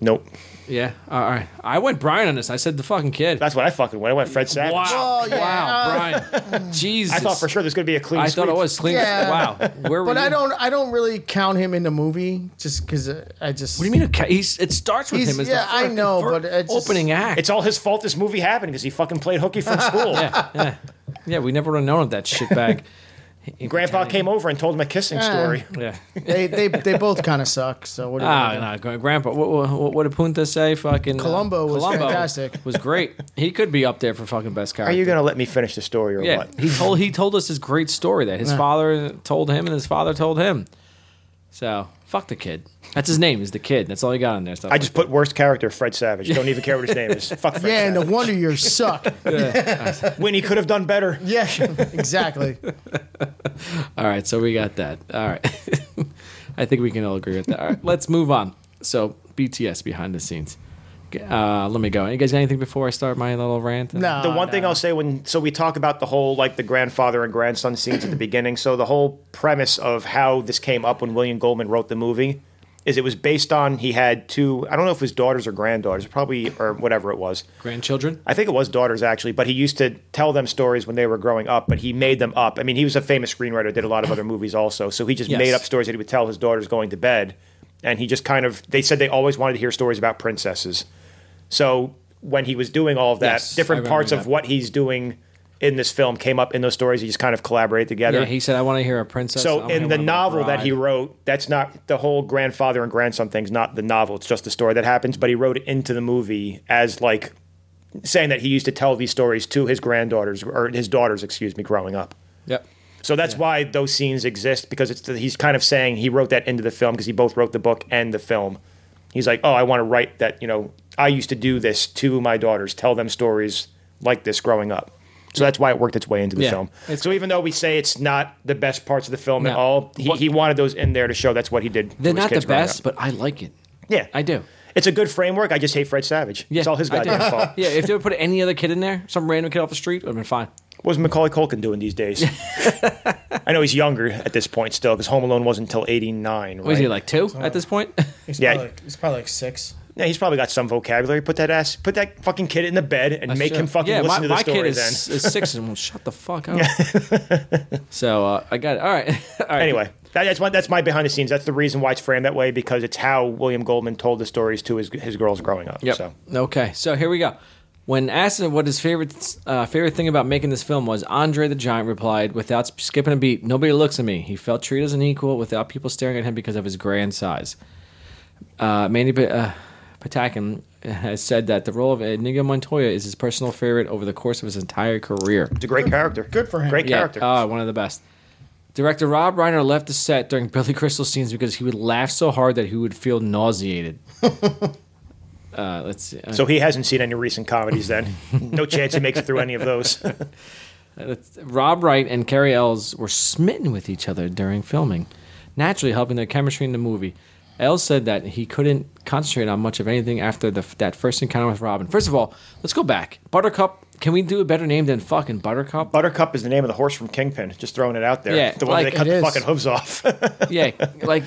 Speaker 3: nope.
Speaker 1: Yeah, all right. I went Brian on this. I said the fucking kid.
Speaker 3: That's what I fucking went. I went Fred Savage.
Speaker 1: Wow,
Speaker 2: Oh, yeah.
Speaker 1: wow, Brian. Jesus,
Speaker 3: I thought for sure there's going to be a clean.
Speaker 1: I thought
Speaker 3: sweep.
Speaker 1: it was clean.
Speaker 2: Yeah.
Speaker 1: Wow, where were
Speaker 2: But I
Speaker 1: you?
Speaker 2: don't I don't really count him in the movie just because I just
Speaker 1: What do you mean? a ca- He's, it starts with
Speaker 2: He's-
Speaker 1: him as
Speaker 2: yeah,
Speaker 1: the
Speaker 2: I
Speaker 1: fucking
Speaker 2: know,
Speaker 1: fir-
Speaker 2: but it's just-
Speaker 1: opening act.
Speaker 3: It's all his fault. This movie happened because he fucking played hooky from school.
Speaker 1: yeah, yeah, yeah. We never would have known of that shitbag.
Speaker 3: Grandpa came over and told him a kissing
Speaker 2: Yeah.
Speaker 3: story.
Speaker 1: Yeah.
Speaker 2: They they they both kind of suck. So what? Are you gonna do?
Speaker 1: Ah, no, Grandpa. What, what, what did Punta say? Fucking uh,
Speaker 2: Columbo was fantastic.
Speaker 1: Was great. He could be up there for fucking best character.
Speaker 3: Are you going to let me finish the story or
Speaker 1: Yeah,
Speaker 3: what?
Speaker 1: he told he told us his great story that his father told him and his father told him. So fuck the kid. That's his name. Is the kid. That's all you got on there. Stuff
Speaker 3: I just put worst character Fred Savage. Don't even care what his name is. Fuck Fred
Speaker 2: Yeah, and no
Speaker 3: Savage.
Speaker 2: wonder you suck.
Speaker 3: when he could have done better.
Speaker 2: yeah, exactly.
Speaker 1: All right, so we got that. All right. I think we can all agree with that. All right, let's move on. So, BTS behind the scenes. Uh, let me go. You guys got anything before I start my little rant?
Speaker 2: No,
Speaker 3: The one
Speaker 2: no.
Speaker 3: thing I'll say when so we talk about the whole like the grandfather and grandson scenes at the beginning. So the whole premise of how this came up when William Goldman wrote the movie is it was based on he had two I don't know if his daughters or granddaughters, probably or whatever it was.
Speaker 1: Grandchildren?
Speaker 3: I think it was daughters actually, but he used to tell them stories when they were growing up, but he made them up. I mean, he was a famous screenwriter, did a lot of other movies also. So he just
Speaker 1: Yes.
Speaker 3: made up stories that he would tell his daughters going to bed. And he just kind of, they said they always wanted to hear stories about princesses. So when he was doing all of that,
Speaker 1: Yes, I
Speaker 3: different
Speaker 1: remember
Speaker 3: parts of
Speaker 1: that.
Speaker 3: what he's doing in this film came up in those stories. He just kind of collaborated together.
Speaker 1: Yeah, he said, I want to hear a princess. I
Speaker 3: so
Speaker 1: wanna
Speaker 3: in
Speaker 1: hear
Speaker 3: the
Speaker 1: one about
Speaker 3: novel
Speaker 1: a
Speaker 3: that he
Speaker 1: bride."
Speaker 3: wrote, that's not the whole grandfather and grandson thing's not the novel. It's just the story that happens, but he wrote it into the movie as like saying that he used to tell these stories to his granddaughters or his daughters, excuse me, growing up.
Speaker 1: Yep.
Speaker 3: So that's why those scenes exist because it's the, he's kind of saying he wrote that into the film because he both wrote the book and the film. He's like, "Oh, I want to write that, you know, I used to do this to my daughters, tell them stories like this growing up." So that's why it worked its way into the
Speaker 1: Yeah.
Speaker 3: film.
Speaker 1: It's-
Speaker 3: so even though we say it's not the best parts of the film at
Speaker 1: No.
Speaker 3: all, he,
Speaker 1: What-
Speaker 3: he wanted those in there to show that's what he did.
Speaker 1: They're
Speaker 3: with his
Speaker 1: not the
Speaker 3: kids growing
Speaker 1: best,
Speaker 3: up.
Speaker 1: but I like it.
Speaker 3: yeah,
Speaker 1: I do.
Speaker 3: It's a good framework. I just hate Fred Savage.
Speaker 1: Yeah,
Speaker 3: it's all his
Speaker 1: I do.
Speaker 3: goddamn fault.
Speaker 1: Yeah, if they would put any other kid in there, some random kid off the street, would have been fine.
Speaker 3: What's Macaulay Culkin doing these days? I know he's younger at this point still because Home Alone wasn't until '89. Right?
Speaker 1: Was he like two at this point?
Speaker 2: It's
Speaker 3: Yeah.
Speaker 2: probably, like, it's probably like six.
Speaker 3: Yeah, he's probably got some vocabulary. Put that ass, put that fucking kid in the bed and make him fucking
Speaker 1: yeah, my,
Speaker 3: listen to the
Speaker 1: my
Speaker 3: story.
Speaker 1: kid is,
Speaker 3: then
Speaker 1: is six and will shut the fuck up. so uh, I got it. All right. All right.
Speaker 3: anyway, that, that's my that's my behind the scenes. That's the reason why it's framed that way because it's how William Goldman told the stories to his his girls growing up.
Speaker 1: Yep.
Speaker 3: So
Speaker 1: Okay. So here we go. When asked what his favorite uh, favorite thing about making this film was, Andre the Giant replied, without sp- skipping a beat, "Nobody looks at me. He felt treated as an equal, without people staring at him because of his grand size." Uh, Mandy Pa- uh, Patinkin has said that the role of Inigo Montoya is his personal favorite over the course of his entire career.
Speaker 3: it's a great character.
Speaker 2: Good for him.
Speaker 3: Great
Speaker 1: Yeah,
Speaker 3: character.
Speaker 1: ah, one of the best. Director Rob Reiner left the set during Billy Crystal scenes because he would laugh so hard that he would feel nauseated. uh, let's see. Uh,
Speaker 3: so he hasn't seen any recent comedies then. no chance he makes it through any of those.
Speaker 1: let's- Rob Wright and Carrie Ells were smitten with each other during filming, naturally helping their chemistry in the movie. Ells said that he couldn't concentrate on much of anything after the, that first encounter with Robin. First of all, let's go back. Buttercup. Can we do a better name than fucking Buttercup?
Speaker 3: Buttercup is the name of the horse from Kingpin. Just throwing it out there.
Speaker 1: Yeah,
Speaker 3: the one
Speaker 1: like-
Speaker 3: that cut
Speaker 2: It
Speaker 3: the
Speaker 2: is.
Speaker 3: fucking hooves off.
Speaker 1: yeah, like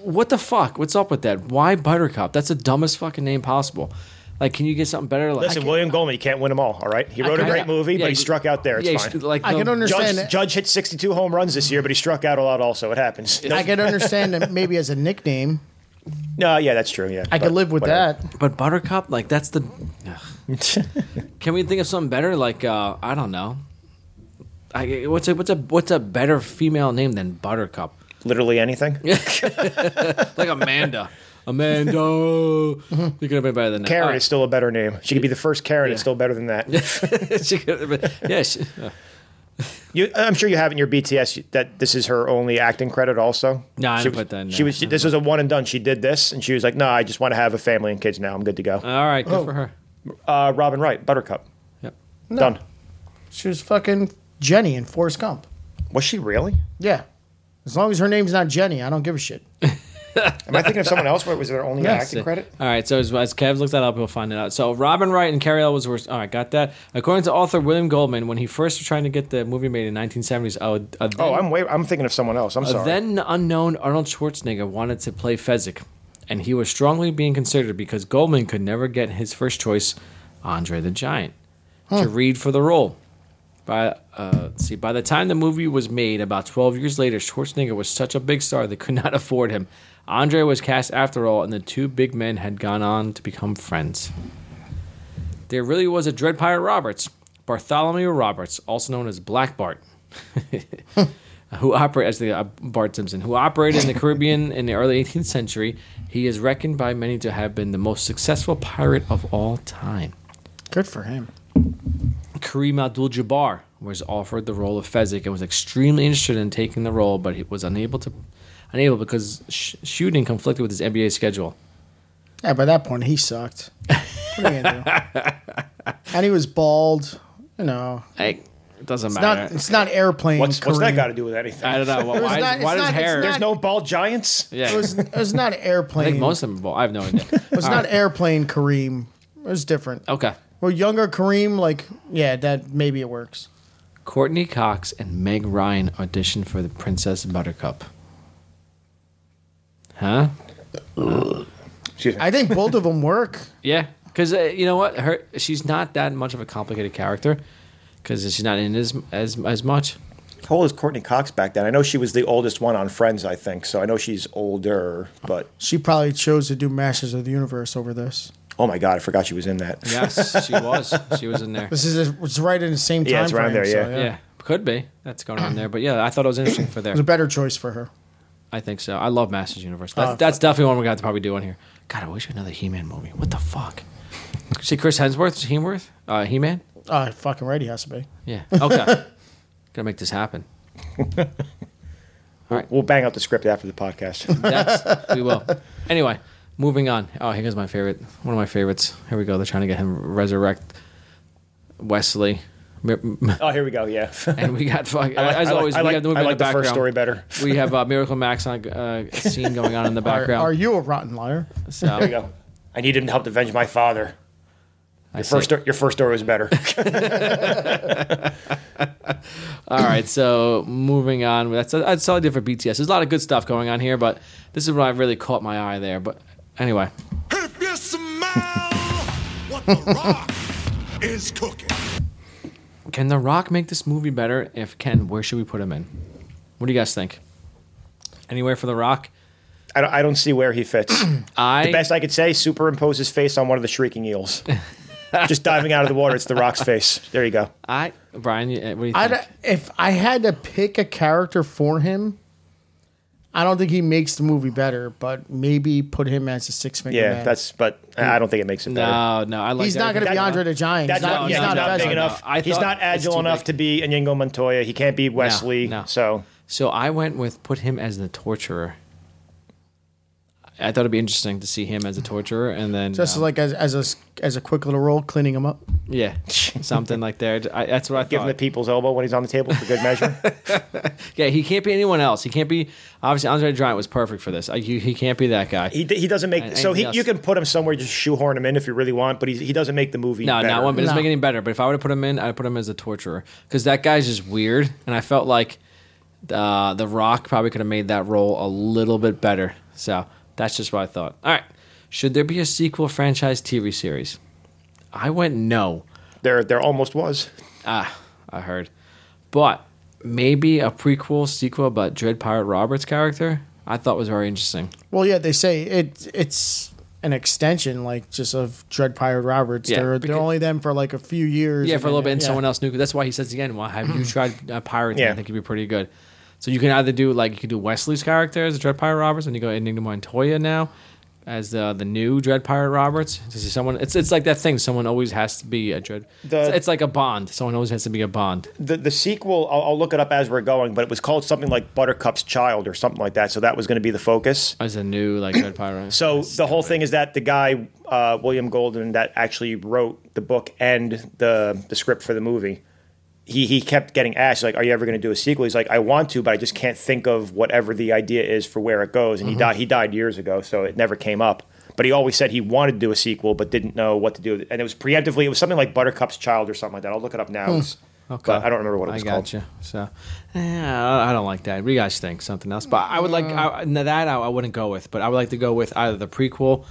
Speaker 1: what the fuck? What's up with that? Why Buttercup? That's the dumbest fucking name possible. Like, can you get something better? Like,
Speaker 3: Listen, William Goldman, you can't win them all. All right, he wrote a
Speaker 1: kinda-
Speaker 3: great movie,
Speaker 1: yeah,
Speaker 3: but he struck out there. It's
Speaker 1: yeah,
Speaker 3: fine.
Speaker 1: like
Speaker 2: I
Speaker 1: the-
Speaker 2: can understand.
Speaker 3: Judge, Judge hit 62 home runs this year, but he struck out a lot also. It happens. No,
Speaker 2: I can understand that maybe as a nickname.
Speaker 3: no, yeah, that's true. Yeah,
Speaker 2: I
Speaker 3: but
Speaker 2: could live with
Speaker 3: whatever.
Speaker 2: that.
Speaker 1: but Buttercup, like that's the. ugh. can we think of something better? Like, uh, I don't know. I, what's a what's a what's a better female name than Buttercup?
Speaker 3: Literally anything.
Speaker 1: Like Amanda. Amanda. you could have been better than that.
Speaker 3: Karen
Speaker 1: All
Speaker 3: is still a better name. She could be the first Karen. It's
Speaker 1: Uh, Yeah.
Speaker 3: still better than that.
Speaker 1: right. She could have been- yeah. She, uh,
Speaker 3: You, I'm sure you have in your BTS that this is her only acting credit. Also,
Speaker 1: No, I
Speaker 3: she
Speaker 1: didn't
Speaker 3: was,
Speaker 1: put that in
Speaker 3: She
Speaker 1: there.
Speaker 3: was. She, this was a one and done. She did this, and she was like, "No, I just want to have a family and kids now. I'm good to go."
Speaker 1: all right. Good for her.
Speaker 3: Uh, Robin Wright, Buttercup,
Speaker 1: Yep.
Speaker 3: done.
Speaker 2: She was fucking Jenny in Forrest Gump.
Speaker 3: Was she really?
Speaker 2: Yeah. As long as her name's not Jenny, I don't give a shit.
Speaker 3: Am I thinking of someone else? Where it was their only
Speaker 2: Yes.
Speaker 3: acting credit?
Speaker 1: All right, so as, as Kev looks that up, he'll find it out. So Robin Wright and Carrie Elwes were. All right, got that. According to author William Goldman, when he first was trying to get the movie made in 1970s, oh, a then,
Speaker 3: Oh, I'm way, I'm thinking of someone else. I'm
Speaker 1: a
Speaker 3: sorry.
Speaker 1: Uh, then unknown Arnold Schwarzenegger wanted to play Fezzik, and he was strongly being considered because Goldman could never get his first choice, Andre the Giant, to read for the role. By uh, see, by the time the movie was made, about 12 years later, Schwarzenegger was such a big star they could not afford him. Andre was cast after all, and the two big men had gone on to become friends. There really was a Dread Pirate Roberts, Bartholomew Roberts, also known as Black Bart, who operated as the uh, Bart Simpson, who operated in the Caribbean in the early 18th century. He is reckoned by many to have been the most successful pirate of all time.
Speaker 2: Good for him.
Speaker 1: Kareem Abdul-Jabbar was offered the role of Fezzik and was extremely interested in taking the role, but he was unable to, unable because sh- shooting conflicted with his NBA schedule.
Speaker 2: Yeah, by that point, he sucked. What are you going to do? and he was bald. You know,
Speaker 1: Hey, it doesn't
Speaker 2: it's
Speaker 1: matter.
Speaker 2: not, it's not airplane.
Speaker 3: what's, what's that
Speaker 2: Kareem.
Speaker 3: got to do with anything?
Speaker 1: I don't know why.
Speaker 2: It was
Speaker 1: Why,
Speaker 2: not-
Speaker 1: why
Speaker 2: it's
Speaker 1: does
Speaker 2: not- it's
Speaker 1: hair?
Speaker 2: not-
Speaker 3: There's no bald giants.
Speaker 1: yeah,
Speaker 2: It was, it was not airplane.
Speaker 1: I think most of them. Well, I have no idea.
Speaker 2: it was not airplane Kareem. It was different.
Speaker 1: okay.
Speaker 2: Well, younger Kareem, like, yeah, that maybe it works.
Speaker 1: Courtney Cox and Meg Ryan auditioned for the Princess Buttercup. Huh?
Speaker 2: I think both of them work.
Speaker 1: Yeah, because uh, you know what? Her she's not that much of a complicated character because she's not in as as as much.
Speaker 3: How old is Courtney Cox back then? I know she was the oldest one on Friends, I think. So I know she's older, but
Speaker 2: She probably chose to do Masters of the Universe over this.
Speaker 3: oh my god, I forgot she was in that.
Speaker 1: Yes, she was. She was in there.
Speaker 2: This is it's right in the same time
Speaker 3: Yeah, it's around
Speaker 2: frame,
Speaker 3: there,
Speaker 2: so,
Speaker 3: yeah.
Speaker 1: Yeah. could be. That's going on there. But yeah, I thought it was interesting for there.
Speaker 2: It was a better choice for her.
Speaker 1: I think so. I love Masters Universe. That's, that's definitely one we got to probably do on here. God, I wish we had another He-Man movie. What the fuck? See Chris Hemsworth, Hemsworth, uh, He-Man.
Speaker 2: Uh, fucking right, he has to be.
Speaker 1: Yeah. Okay. Gotta make this happen.
Speaker 3: We'll bang out the script after the podcast.
Speaker 1: That's, we will. Anyway, moving on. Oh, here goes my favorite. One of my favorites. Here we go. They're trying to get him resurrect Wesley.
Speaker 3: Oh, here we go. Yeah.
Speaker 1: and we got fuck,
Speaker 3: I
Speaker 1: as
Speaker 3: like- I like-
Speaker 1: always.
Speaker 3: I
Speaker 1: we
Speaker 3: like-
Speaker 1: got the movie
Speaker 3: I
Speaker 1: in the
Speaker 3: like the
Speaker 1: background.
Speaker 3: first story better.
Speaker 1: We have uh, Miracle Max on uh, scene going on in the
Speaker 2: Are,
Speaker 1: background.
Speaker 2: are you a rotten liar?
Speaker 1: so,
Speaker 3: There you go. I need him to help avenge my father.
Speaker 1: I
Speaker 3: Your
Speaker 1: see.
Speaker 3: first, sto- your first story was better.
Speaker 1: All right, so moving on. That's a, that's all I did for BTS. There's a lot of good stuff going on here, but this is what I really caught my eye there. But anyway,
Speaker 6: If you smell what the rock is cooking.
Speaker 1: can The Rock make this movie better? If can, where should we put him in? What do you guys think? Anywhere for The Rock?
Speaker 3: I don't, I don't see where he fits.
Speaker 1: I
Speaker 3: The best I could say, superimpose his face on one of the shrieking eels. Just diving out of the water, it's the rock's face. There you go.
Speaker 1: I Brian, you- uh, what do you think?
Speaker 2: I if I had to pick a character for him, I don't think he makes the movie better, but maybe put him as a six finger.
Speaker 3: Yeah,
Speaker 2: man.
Speaker 3: that's. But I don't think it makes it better.
Speaker 1: no, no, I like.
Speaker 2: he's not going to be
Speaker 1: everything.
Speaker 2: Andre the Giant. He's
Speaker 3: That's
Speaker 2: not,
Speaker 1: no,
Speaker 3: not,
Speaker 2: he's
Speaker 3: yeah,
Speaker 2: not
Speaker 1: no,
Speaker 2: a
Speaker 1: no,
Speaker 2: veteran.
Speaker 3: big enough.
Speaker 1: I
Speaker 3: he's
Speaker 1: thought
Speaker 3: not
Speaker 1: it's
Speaker 3: agile
Speaker 1: too
Speaker 3: enough
Speaker 1: big.
Speaker 3: to be Inigo Montoya. He can't be Wesley.
Speaker 1: no.
Speaker 3: So
Speaker 1: So I went with put him as the torturer. I thought it'd be interesting to see him as a torturer, and then
Speaker 2: Just
Speaker 1: um,
Speaker 2: like as, as a as a quick little role, cleaning him up.
Speaker 1: yeah, something like there. I, that's what I
Speaker 3: give him
Speaker 1: thought.
Speaker 3: the people's elbow when he's on the table for good measure.
Speaker 1: yeah, he can't be anyone else. He can't be obviously Andre the Giant was perfect for this. Like, he, he can't be that guy.
Speaker 3: he, he doesn't make.
Speaker 1: And
Speaker 3: so he,
Speaker 1: anything
Speaker 3: you
Speaker 1: else.
Speaker 3: can put him somewhere, just shoehorn him in if you really want. But he's, he doesn't make the movie.
Speaker 1: no,
Speaker 3: better.
Speaker 1: not one. But it doesn't
Speaker 2: No.
Speaker 1: make it any better. But if I were to put him in, I'd put him as a torturer because that guy's just weird, and I felt like uh, the Rock probably could have made that role a little bit better. So that's just what I thought. All right, should there be a sequel franchise TV series? I went no.
Speaker 3: There, there almost was.
Speaker 1: Ah, I heard. But maybe a prequel sequel about Dread Pirate Roberts' character. I thought was very interesting.
Speaker 2: Well, yeah, they say it it's an extension, like just of Dread Pirate Roberts.
Speaker 1: Yeah,
Speaker 2: they're
Speaker 1: because-
Speaker 2: they're only them for like a few years.
Speaker 1: Yeah, for a little bit, and
Speaker 2: yeah.
Speaker 1: someone else knew. That's why he says again, "Well, have you tried uh, pirating? I
Speaker 3: Mm-hmm. Yeah.
Speaker 1: think you'd be pretty good." So you can either do like you could do Wesley's character as Dread Pirate Roberts, and you go Enigma Montoya now as the the new Dread Pirate Roberts. To see someone, it's it's like that thing. Someone always has to be a Dread.
Speaker 3: The-
Speaker 1: it's, it's like a Bond. Someone always has to be a Bond.
Speaker 3: The the sequel, I'll, I'll look it up as we're going. But it was called something like Buttercup's Child or something like that. So that was going to be the focus.
Speaker 1: As a new like Dread Pirate.
Speaker 3: So the whole thing is that the guy uh, William Golden that actually wrote the book and the the script for the movie. He he kept getting asked like, "Are you ever going to do a sequel?" He's like, "I want to, but I just can't think of whatever the idea is for where it goes." And he
Speaker 1: Mm-hmm.
Speaker 3: died he died years ago, so it never came up. But he always said he wanted to do a sequel, but didn't know what to do. with it. And it was preemptively it was something like Buttercup's Child or something like that. I'll look it up now. It's- but I don't remember what it was
Speaker 1: Hmm. I got
Speaker 3: called.
Speaker 1: you. So, yeah, I don't like that. What do You guys think something else, but I would like I, now that I, I wouldn't go with, but I would like to go with either the prequel,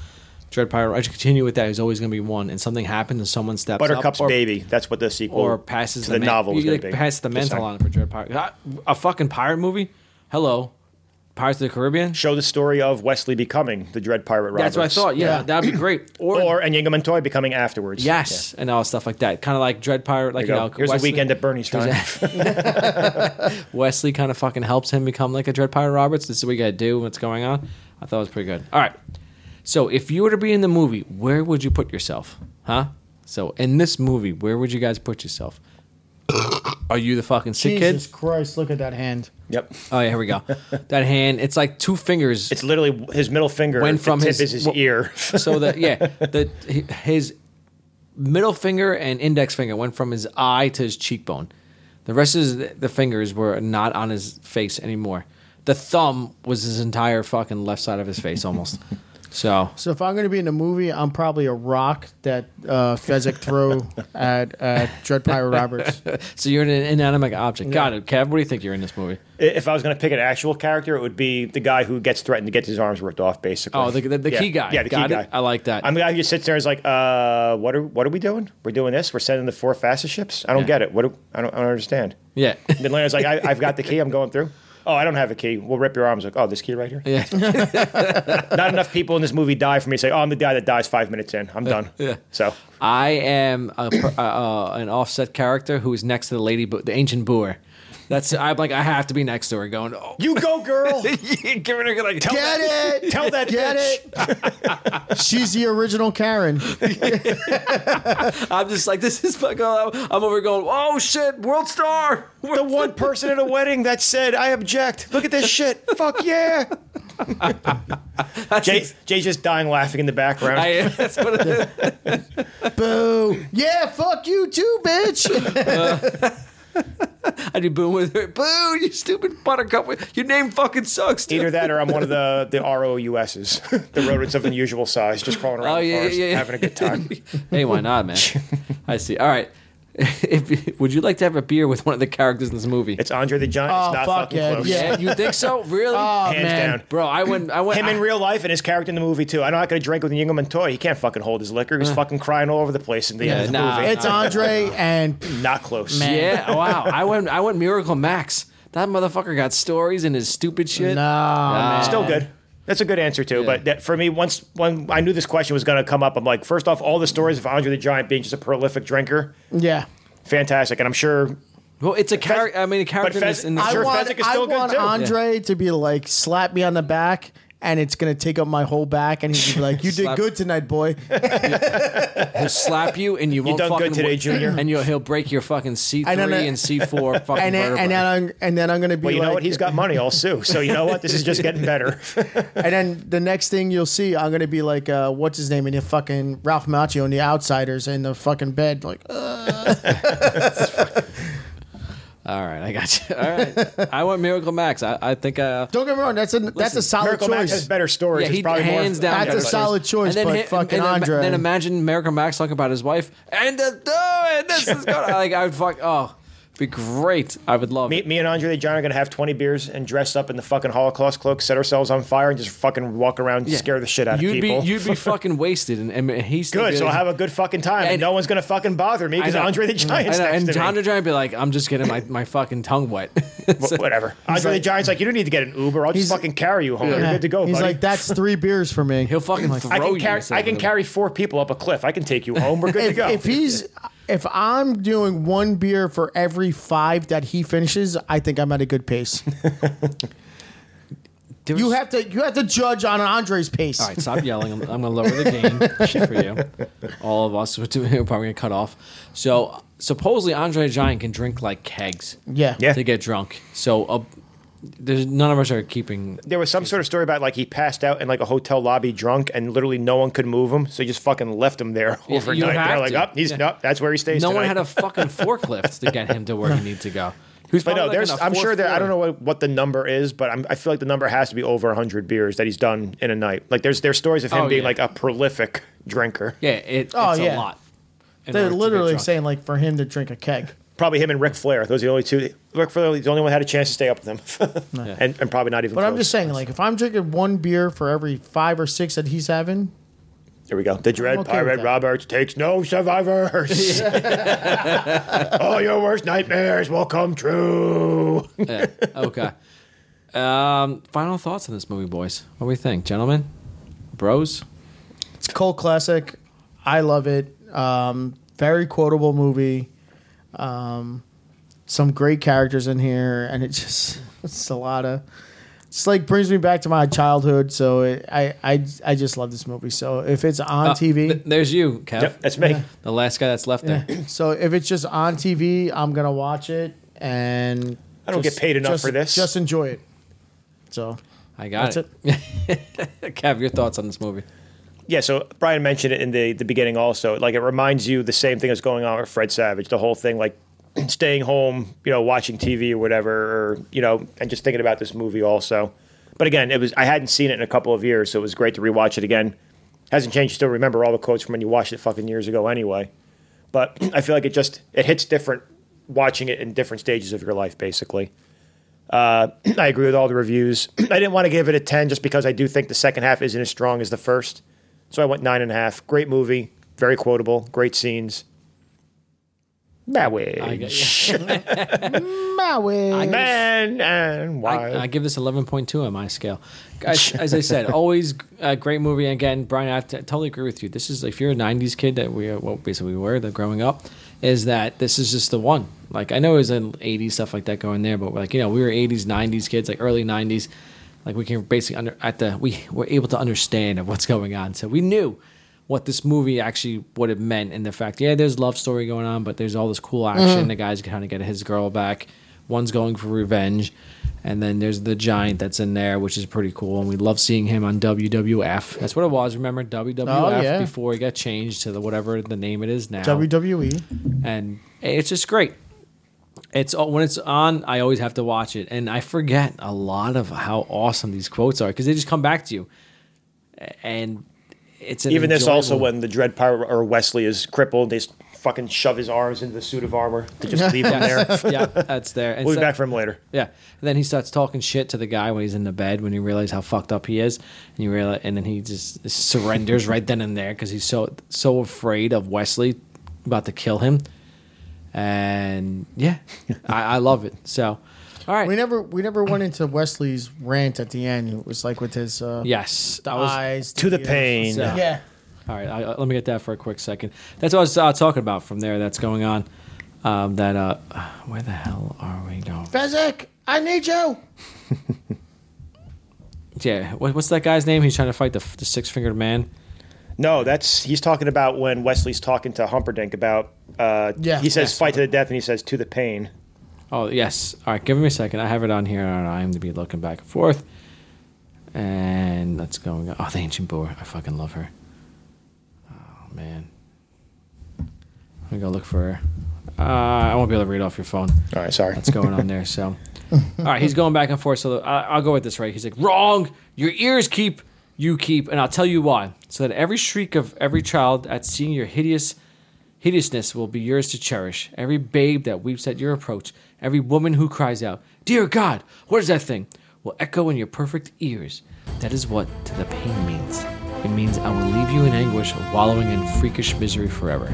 Speaker 1: Dread Pirate. I should continue with that. There's always going to be one, and something happens, and someone steps up,
Speaker 3: Buttercup's
Speaker 1: or-
Speaker 3: Baby. That's what the sequel
Speaker 1: or passes
Speaker 3: to the,
Speaker 1: men-
Speaker 3: novel is
Speaker 1: You
Speaker 3: going
Speaker 1: like
Speaker 3: to be.
Speaker 1: pass the
Speaker 3: Just
Speaker 1: mental
Speaker 3: saying.
Speaker 1: on it for Dread Pirate. I- A fucking pirate movie? Hello, Pirates of the Caribbean.
Speaker 3: Show the story of Wesley becoming the Dread Pirate Roberts.
Speaker 1: That's what I thought. Yeah,
Speaker 2: Yeah.
Speaker 1: that'd be great. Or,
Speaker 3: or and Yingo Montoya becoming afterwards.
Speaker 1: yes, and all stuff like that. Kind of like Dread Pirate. Like
Speaker 3: There
Speaker 1: you,
Speaker 3: you
Speaker 1: know,
Speaker 3: go. Here's
Speaker 1: Wesley-
Speaker 3: the weekend at Bernie's time.
Speaker 1: Wesley kind of fucking helps him become like a Dread Pirate Roberts. This is what you gotta do. What's going on? I thought it was pretty good. All right. So if you were to be in the movie, where would you put yourself? Huh? So in this movie, where would you guys put yourself? Are you the fucking sick
Speaker 2: Jesus
Speaker 1: kid?
Speaker 2: Christ, look at that hand.
Speaker 3: Yep.
Speaker 1: Oh yeah, here we go. that hand, it's like two fingers.
Speaker 3: It's literally his middle finger.
Speaker 1: Went
Speaker 3: the
Speaker 1: from
Speaker 3: tip
Speaker 1: his-
Speaker 3: is his
Speaker 1: well-
Speaker 3: ear.
Speaker 1: so that yeah, the his middle finger and index finger went from his eye to his cheekbone. The rest of his, the fingers were not on his face anymore. The thumb was his entire fucking left side of his face almost. so
Speaker 2: So if I'm going to be in a movie, I'm probably a rock that uh, Fezzik threw at at Dread Pirate Roberts.
Speaker 1: so you're an inanimate object. Got it, Kev. What do you think you're in this movie?
Speaker 3: if I was going to pick an actual character, it would be the guy who gets threatened to get his arms ripped off, basically.
Speaker 1: Oh, the, the, the
Speaker 3: Yeah.
Speaker 1: key guy.
Speaker 3: Yeah, the
Speaker 1: Got
Speaker 3: key
Speaker 1: it?
Speaker 3: guy.
Speaker 1: I like that.
Speaker 3: I'm the guy who just sits there and is like, uh, what are what are we doing? We're doing this. We're sending the four fastest ships. I don't
Speaker 1: Yeah.
Speaker 3: get it. What do, I don't I don't understand.
Speaker 1: yeah.
Speaker 3: Then Leonard's like, I, I've got the key. I'm going through. Oh, I don't have a key. We'll rip your arms. Like, oh, this key right here.
Speaker 1: Yeah.
Speaker 3: Not enough people in this movie die for me to say, oh, I'm the guy that dies five minutes in. I'm done.
Speaker 1: Yeah.
Speaker 3: So
Speaker 1: I am a, per- uh, uh, an offset character who is next to the lady, bo- the ancient boor. That's I'm like I have to be next to her, going, oh,
Speaker 3: you go, girl.
Speaker 1: giving her like tell
Speaker 2: Get it?
Speaker 3: Tell that
Speaker 2: Get
Speaker 3: bitch.
Speaker 2: it? She's the original Karen.
Speaker 1: I'm just like, this is fucking. I'm over going, oh shit, world star.
Speaker 3: The one person at a wedding that said, I object. Look at this shit. Fuck yeah. Jay, Jay's just dying laughing in the background.
Speaker 1: I, that's what it is.
Speaker 2: Boo! Yeah, fuck you too, bitch.
Speaker 1: I'd be booing with her. Boo, you stupid buttercup. Your name fucking sucks, dude.
Speaker 3: Either that or I'm one of the, the ROUSs, the rodents of unusual size, just crawling around
Speaker 1: Oh,
Speaker 3: the
Speaker 1: yeah,
Speaker 3: forest,
Speaker 1: yeah, yeah.
Speaker 3: having a good time.
Speaker 1: hey, why not, man? I see. All right. If, would you like to have a beer with one of the characters in this movie?
Speaker 3: It's Andre the Giant.
Speaker 2: Oh,
Speaker 3: it's not
Speaker 2: fuck
Speaker 3: fucking
Speaker 2: yeah,
Speaker 3: close.
Speaker 2: yeah.
Speaker 1: yeah, you think so? Really?
Speaker 2: Oh
Speaker 3: Hands
Speaker 2: man,
Speaker 3: down.
Speaker 1: Bro, I went. I went.
Speaker 3: Uh, Him in real life and his character in the movie too. I'm not going to drink with Yingleman toy. He can't fucking hold his liquor. He's fucking crying all over the place in the end of the
Speaker 1: nah.
Speaker 3: movie.
Speaker 2: it's Andre and
Speaker 3: not close.
Speaker 2: Man.
Speaker 1: yeah. Wow. I went. I went. Miracle Max. That motherfucker got stories and his stupid shit.
Speaker 2: no. man.
Speaker 3: Still good. That's a good answer too. But that, for me, once when I knew this question was going to come up, I'm like, first off, all the stories of Andre the Giant being just a prolific drinker,
Speaker 2: Yeah.
Speaker 3: fantastic. And I'm sure
Speaker 1: Well, it's a character. I mean, a character in this.
Speaker 3: Fez-
Speaker 1: In this
Speaker 3: I'm
Speaker 2: I
Speaker 3: sure
Speaker 2: want,
Speaker 3: Fezzik is
Speaker 2: I
Speaker 3: still good,
Speaker 2: want
Speaker 3: too.
Speaker 2: Andre to be like slap me on the back. And it's gonna take up my whole back, and he's like, "You did
Speaker 1: Slap.
Speaker 2: good tonight, boy."
Speaker 1: he'll slap you and you won't
Speaker 3: done good
Speaker 1: fucking
Speaker 3: today,
Speaker 1: win.
Speaker 3: Junior. uh,
Speaker 1: And you'll, he'll break your fucking C three
Speaker 2: And then I-
Speaker 1: and C four fucking
Speaker 2: And then,
Speaker 1: vertebrae.
Speaker 2: and then I'm, and then I'm gonna be
Speaker 3: Well, you
Speaker 2: like,
Speaker 3: know what? He's got money, I'll sue. So you know what? This is just getting better.
Speaker 2: And then the next thing you'll see, I'm gonna be like, uh, "What's his name?" And the fucking Ralph Macchio and the Outsiders in the fucking bed, like, uh,
Speaker 3: uh,
Speaker 1: All right, I got you. All right, I went Miracle Max. I, I think. Uh,
Speaker 2: "Don't get me wrong, that's a that's a solid
Speaker 3: Miracle Max
Speaker 2: choice."
Speaker 3: has better stories.
Speaker 1: yeah,
Speaker 3: it's
Speaker 1: he
Speaker 3: probably more-
Speaker 1: hands down.
Speaker 2: That's a
Speaker 1: got it.
Speaker 2: solid choice, but fucking
Speaker 1: and then,
Speaker 2: Andre.
Speaker 1: Then imagine Miracle Max talking about his wife and the doing this is going. Like I would fuck. Oh, be great. I would love
Speaker 3: Me,
Speaker 1: it.
Speaker 3: me and Andre the Giant are gonna have twenty beers and dress up in the fucking Holocaust cloak, set ourselves on fire, and just fucking walk around, and
Speaker 1: Yeah.
Speaker 3: scare the shit out
Speaker 1: you'd
Speaker 3: of people.
Speaker 1: Be, you'd be fucking wasted, and, and he's
Speaker 3: good, so I'll have a good fucking time, and,
Speaker 1: And-
Speaker 3: no one's gonna fucking bother me because
Speaker 1: I know.
Speaker 3: Andre the Giant's
Speaker 1: And,
Speaker 3: next
Speaker 1: and
Speaker 3: to me.
Speaker 1: John the Giant be like, I'm just getting my, my fucking tongue wet.
Speaker 3: Wh- Whatever. Andre the
Speaker 2: like-
Speaker 3: Giant's like, you don't need to get an Uber. I'll just fucking carry you home. You're
Speaker 2: Yeah.
Speaker 3: good to go,
Speaker 2: He's
Speaker 3: buddy.
Speaker 2: like, "That's three beers for me."
Speaker 1: He'll fucking throw
Speaker 3: I can
Speaker 1: you.
Speaker 3: carry. I can carry four people up a cliff. I can take you home. We're good to
Speaker 2: if,
Speaker 3: go.
Speaker 2: if he's if I'm doing one beer for every five that he finishes, I think I'm at a good pace. you have to you have to judge on Andre's pace.
Speaker 1: All right, stop yelling. I'm, I'm gonna lower the game for you. All of us, we're, doing, we're probably gonna cut off. So supposedly Andre the Giant can drink like kegs
Speaker 2: Yeah.
Speaker 3: Yeah.
Speaker 1: to get drunk. So uh, there's none of us are keeping.
Speaker 3: there was some sort of story about like he passed out in like a hotel lobby drunk, and literally no one could move him, so he just fucking left him there
Speaker 1: you
Speaker 3: overnight. They're
Speaker 1: have
Speaker 3: like,
Speaker 1: to.
Speaker 3: up, he's
Speaker 1: Yeah.
Speaker 3: up. That's where he stays.
Speaker 1: No one
Speaker 3: tonight."
Speaker 1: had a fucking forklift to get him to where he needs to go. Who's
Speaker 3: But no, there's. I'm sure that I don't know what, what the number is, but I'm, I feel like the number has to be over 100 beers that he's done in a night. Like there's there's stories of him
Speaker 1: Oh,
Speaker 3: being
Speaker 1: yeah.
Speaker 3: like a prolific drinker.
Speaker 1: Yeah, it,
Speaker 2: Oh,
Speaker 1: it's
Speaker 2: yeah.
Speaker 1: a lot. in
Speaker 2: They're
Speaker 1: order to get
Speaker 2: literally
Speaker 1: drunk.
Speaker 2: saying like for him to drink a keg.
Speaker 3: Probably him and Ric Flair. Those are the only two. Ric Flair, is the only one who had a chance to stay up with him, and, and probably not even.
Speaker 2: But I'm
Speaker 3: close.
Speaker 2: just saying, like, if I'm drinking one beer for every five or six that he's having,
Speaker 3: Here we go. The Dread
Speaker 2: okay with
Speaker 3: Pirate
Speaker 2: that.
Speaker 3: Roberts takes no survivors. All your worst nightmares will come true.
Speaker 1: Yeah. Okay. Um, final thoughts on this movie, boys. What do we think, gentlemen, bros?
Speaker 2: it's a cult classic. I love it. Um, very quotable movie. Um, some great characters in here, and it just it's a lot of. It's like brings me back to my childhood, so it, I I I just love this movie. So if it's on
Speaker 1: Uh,
Speaker 2: TV,
Speaker 1: th- there's you, Kev.
Speaker 3: Yep, that's me.
Speaker 1: The last guy that's left there.
Speaker 2: so if it's just on TV, I'm gonna watch it, and
Speaker 3: I don't get paid enough
Speaker 2: just-
Speaker 3: for this.
Speaker 2: Just enjoy it. So
Speaker 1: I got
Speaker 2: That's
Speaker 1: it. Kev, your thoughts on this movie?
Speaker 3: Yeah, so Brian mentioned it in the, the beginning also. Like, it reminds you the same thing that's going on with Fred Savage, the whole thing, like staying home, you know, watching TV or whatever, or, you know, and just thinking about this movie also. But again, it was I hadn't seen it in a couple of years, so it was great to rewatch it again. Hasn't changed. You still remember all the quotes from when you watched it fucking years ago anyway. But I feel like it just, it hits different watching it in different stages of your life, basically. Uh, I agree with all the reviews. I didn't want to give it a 10 just because I do think the second half isn't as strong as the first. So I went nine and a half. Great movie, very quotable, great scenes. That way.
Speaker 2: my way.
Speaker 3: Man and
Speaker 1: I, I
Speaker 3: why?
Speaker 1: give this 11.2 on my scale. As, as I said, always a great movie. Again, Brian, I have to, totally agree with you. This is if you're a 90s kid that we well, basically we were that growing up, is that this is just the one. Like I know it was in 80s stuff like that going there, but like you know we were 80s, 90s kids, like early 90s. Like we can basically under at the we were able to understand of what's going on, so we knew what this movie actually what it meant and the fact yeah there's love story going on but there's all this cool action the guy's kind of get his girl back One's going for revenge, and then there's the giant that's in there, which is pretty cool. And we love seeing him on WWF. That's what it was. Remember WWF
Speaker 2: Oh, yeah.
Speaker 1: before he got changed to the whatever the name it is now
Speaker 2: WWE.
Speaker 1: and it's just great. It's uh, when it's on, I always have to watch it, and I forget a lot of how awesome these quotes are because they just come back to you, and it's an
Speaker 3: Even this also
Speaker 1: enjoyable-
Speaker 3: when the Dread Pirate or Wesley is crippled, they just fucking shove his arms into the suit of armor to just leave him there.
Speaker 1: yeah, that's there. And
Speaker 3: We'll
Speaker 1: so-
Speaker 3: be back for him later.
Speaker 1: Yeah, and then he starts talking shit to the guy when he's in the bed when he realizes how fucked up he is, and you realize, and then he just surrenders right then and there because he's so so afraid of Wesley about to kill him, and yeah, I, I love it. So, all right,
Speaker 2: We never we never went into Wesley's rant at the end. It was like with his uh,
Speaker 1: yes, that was
Speaker 2: eyes
Speaker 3: To the
Speaker 2: ears.
Speaker 3: pain.
Speaker 1: So-
Speaker 2: Yeah.
Speaker 1: All right, I, I- let me get that for a quick second. That's what I was uh, talking about from there. That's going on. Um, that uh, where the hell are we going?
Speaker 2: Fezzik, I need you.
Speaker 1: Yeah, what, what's that guy's name? He's trying to fight the, the six fingered man.
Speaker 3: No, that's he's talking about when Wesley's talking to Humperdinck about. Uh,
Speaker 2: Yeah.
Speaker 3: he says
Speaker 2: Yes.
Speaker 3: fight to the death, and he says to the pain.
Speaker 1: Oh yes. All right, give me a second. I have it on here on IMDb, looking back and forth. And let's go. and go. Oh, the ancient boar. I fucking love her. Oh man. I'm gonna go look for her. Uh, I won't be able to read off your phone.
Speaker 3: All right, sorry.
Speaker 1: that's going on there. So, all right, he's going back and forth. So I, I'll go with this right. He's like, wrong. Your ears keep, you keep, and I'll tell you why. So that every shriek of every child at seeing your hideous hideousness will be yours to cherish. Every babe that weeps at your approach, every woman who cries out, "Dear God, what is that thing?" will echo in your perfect ears. That is what to the pain means. It means I will leave you in anguish, wallowing in freakish misery forever.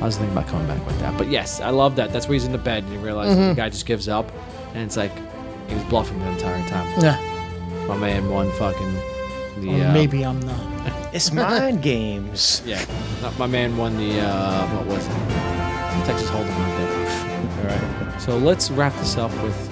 Speaker 1: I was thinking about coming back with that. But yes, I love that. That's where he's in the bed and he realizes
Speaker 2: Mm-hmm.
Speaker 1: the guy just gives up. And it's like, he was bluffing the entire time.
Speaker 2: Yeah.
Speaker 1: My man won fucking the.
Speaker 2: Or
Speaker 1: uh,
Speaker 2: Maybe I'm not.
Speaker 3: It's mind games.
Speaker 1: Yeah. Not- My man won the. Uh, what was it? Texas Hold'em right there. All right. So let's wrap this up with.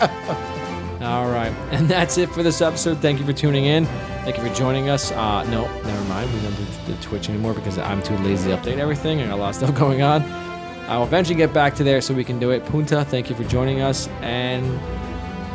Speaker 1: All right. And that's it for this episode. Thank you for tuning in. Thank you for joining us. Uh, no, never mind. We don't do the Twitch anymore because I'm too lazy to update everything. I got a lot of stuff going on. I'll eventually get back to there so we can do it. Punta, thank you for joining us. And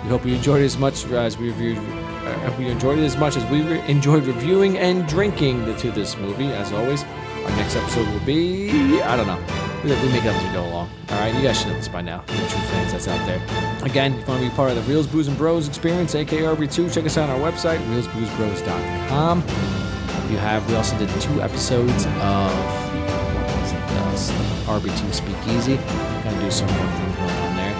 Speaker 1: we hope you enjoyed it as much as we reviewed. Uh, hope you enjoyed it as much as we re- enjoyed reviewing and drinking the, to this movie. As always, our next episode will be I don't know. We, we make it up as we go along. All right, you guys should know this by now. You're true fans that's out there. Again, if you want to be part of the Reels, Booze, and Bros experience, aka RB2, check us out on our website, reelsboozebros.com. If you have, we also did two episodes of uh, RBT Speakeasy. Gonna do some more things going on there.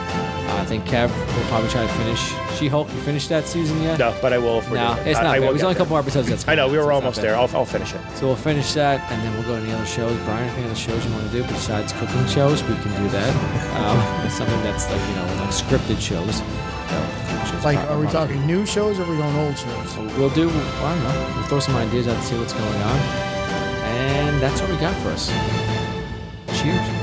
Speaker 1: Uh, I think Kev will probably try to finish She Hulk. You finished that season yet?
Speaker 3: No, but I will. If we're
Speaker 1: No,
Speaker 3: doing it.
Speaker 1: it's
Speaker 3: I-
Speaker 1: not.
Speaker 3: I
Speaker 1: bad.
Speaker 3: will
Speaker 1: There's
Speaker 3: get
Speaker 1: only a
Speaker 3: there.
Speaker 1: couple more episodes. That's
Speaker 3: I know we
Speaker 1: it's
Speaker 3: were
Speaker 1: not
Speaker 3: almost
Speaker 1: bad.
Speaker 3: there. I'll, I'll finish it.
Speaker 1: So we'll finish that, and then we'll go to any other shows. Brian, if any other shows you want to do besides cooking shows, we can do that. Um, it's something that's like you know like scripted shows. Uh, cooking shows
Speaker 2: Like,
Speaker 1: probably
Speaker 2: are we
Speaker 1: not.
Speaker 2: talking new shows or are we going old shows?
Speaker 1: So we'll do. I don't know. We'll throw some ideas out to see what's going on, and that's what we got for us. Cheers.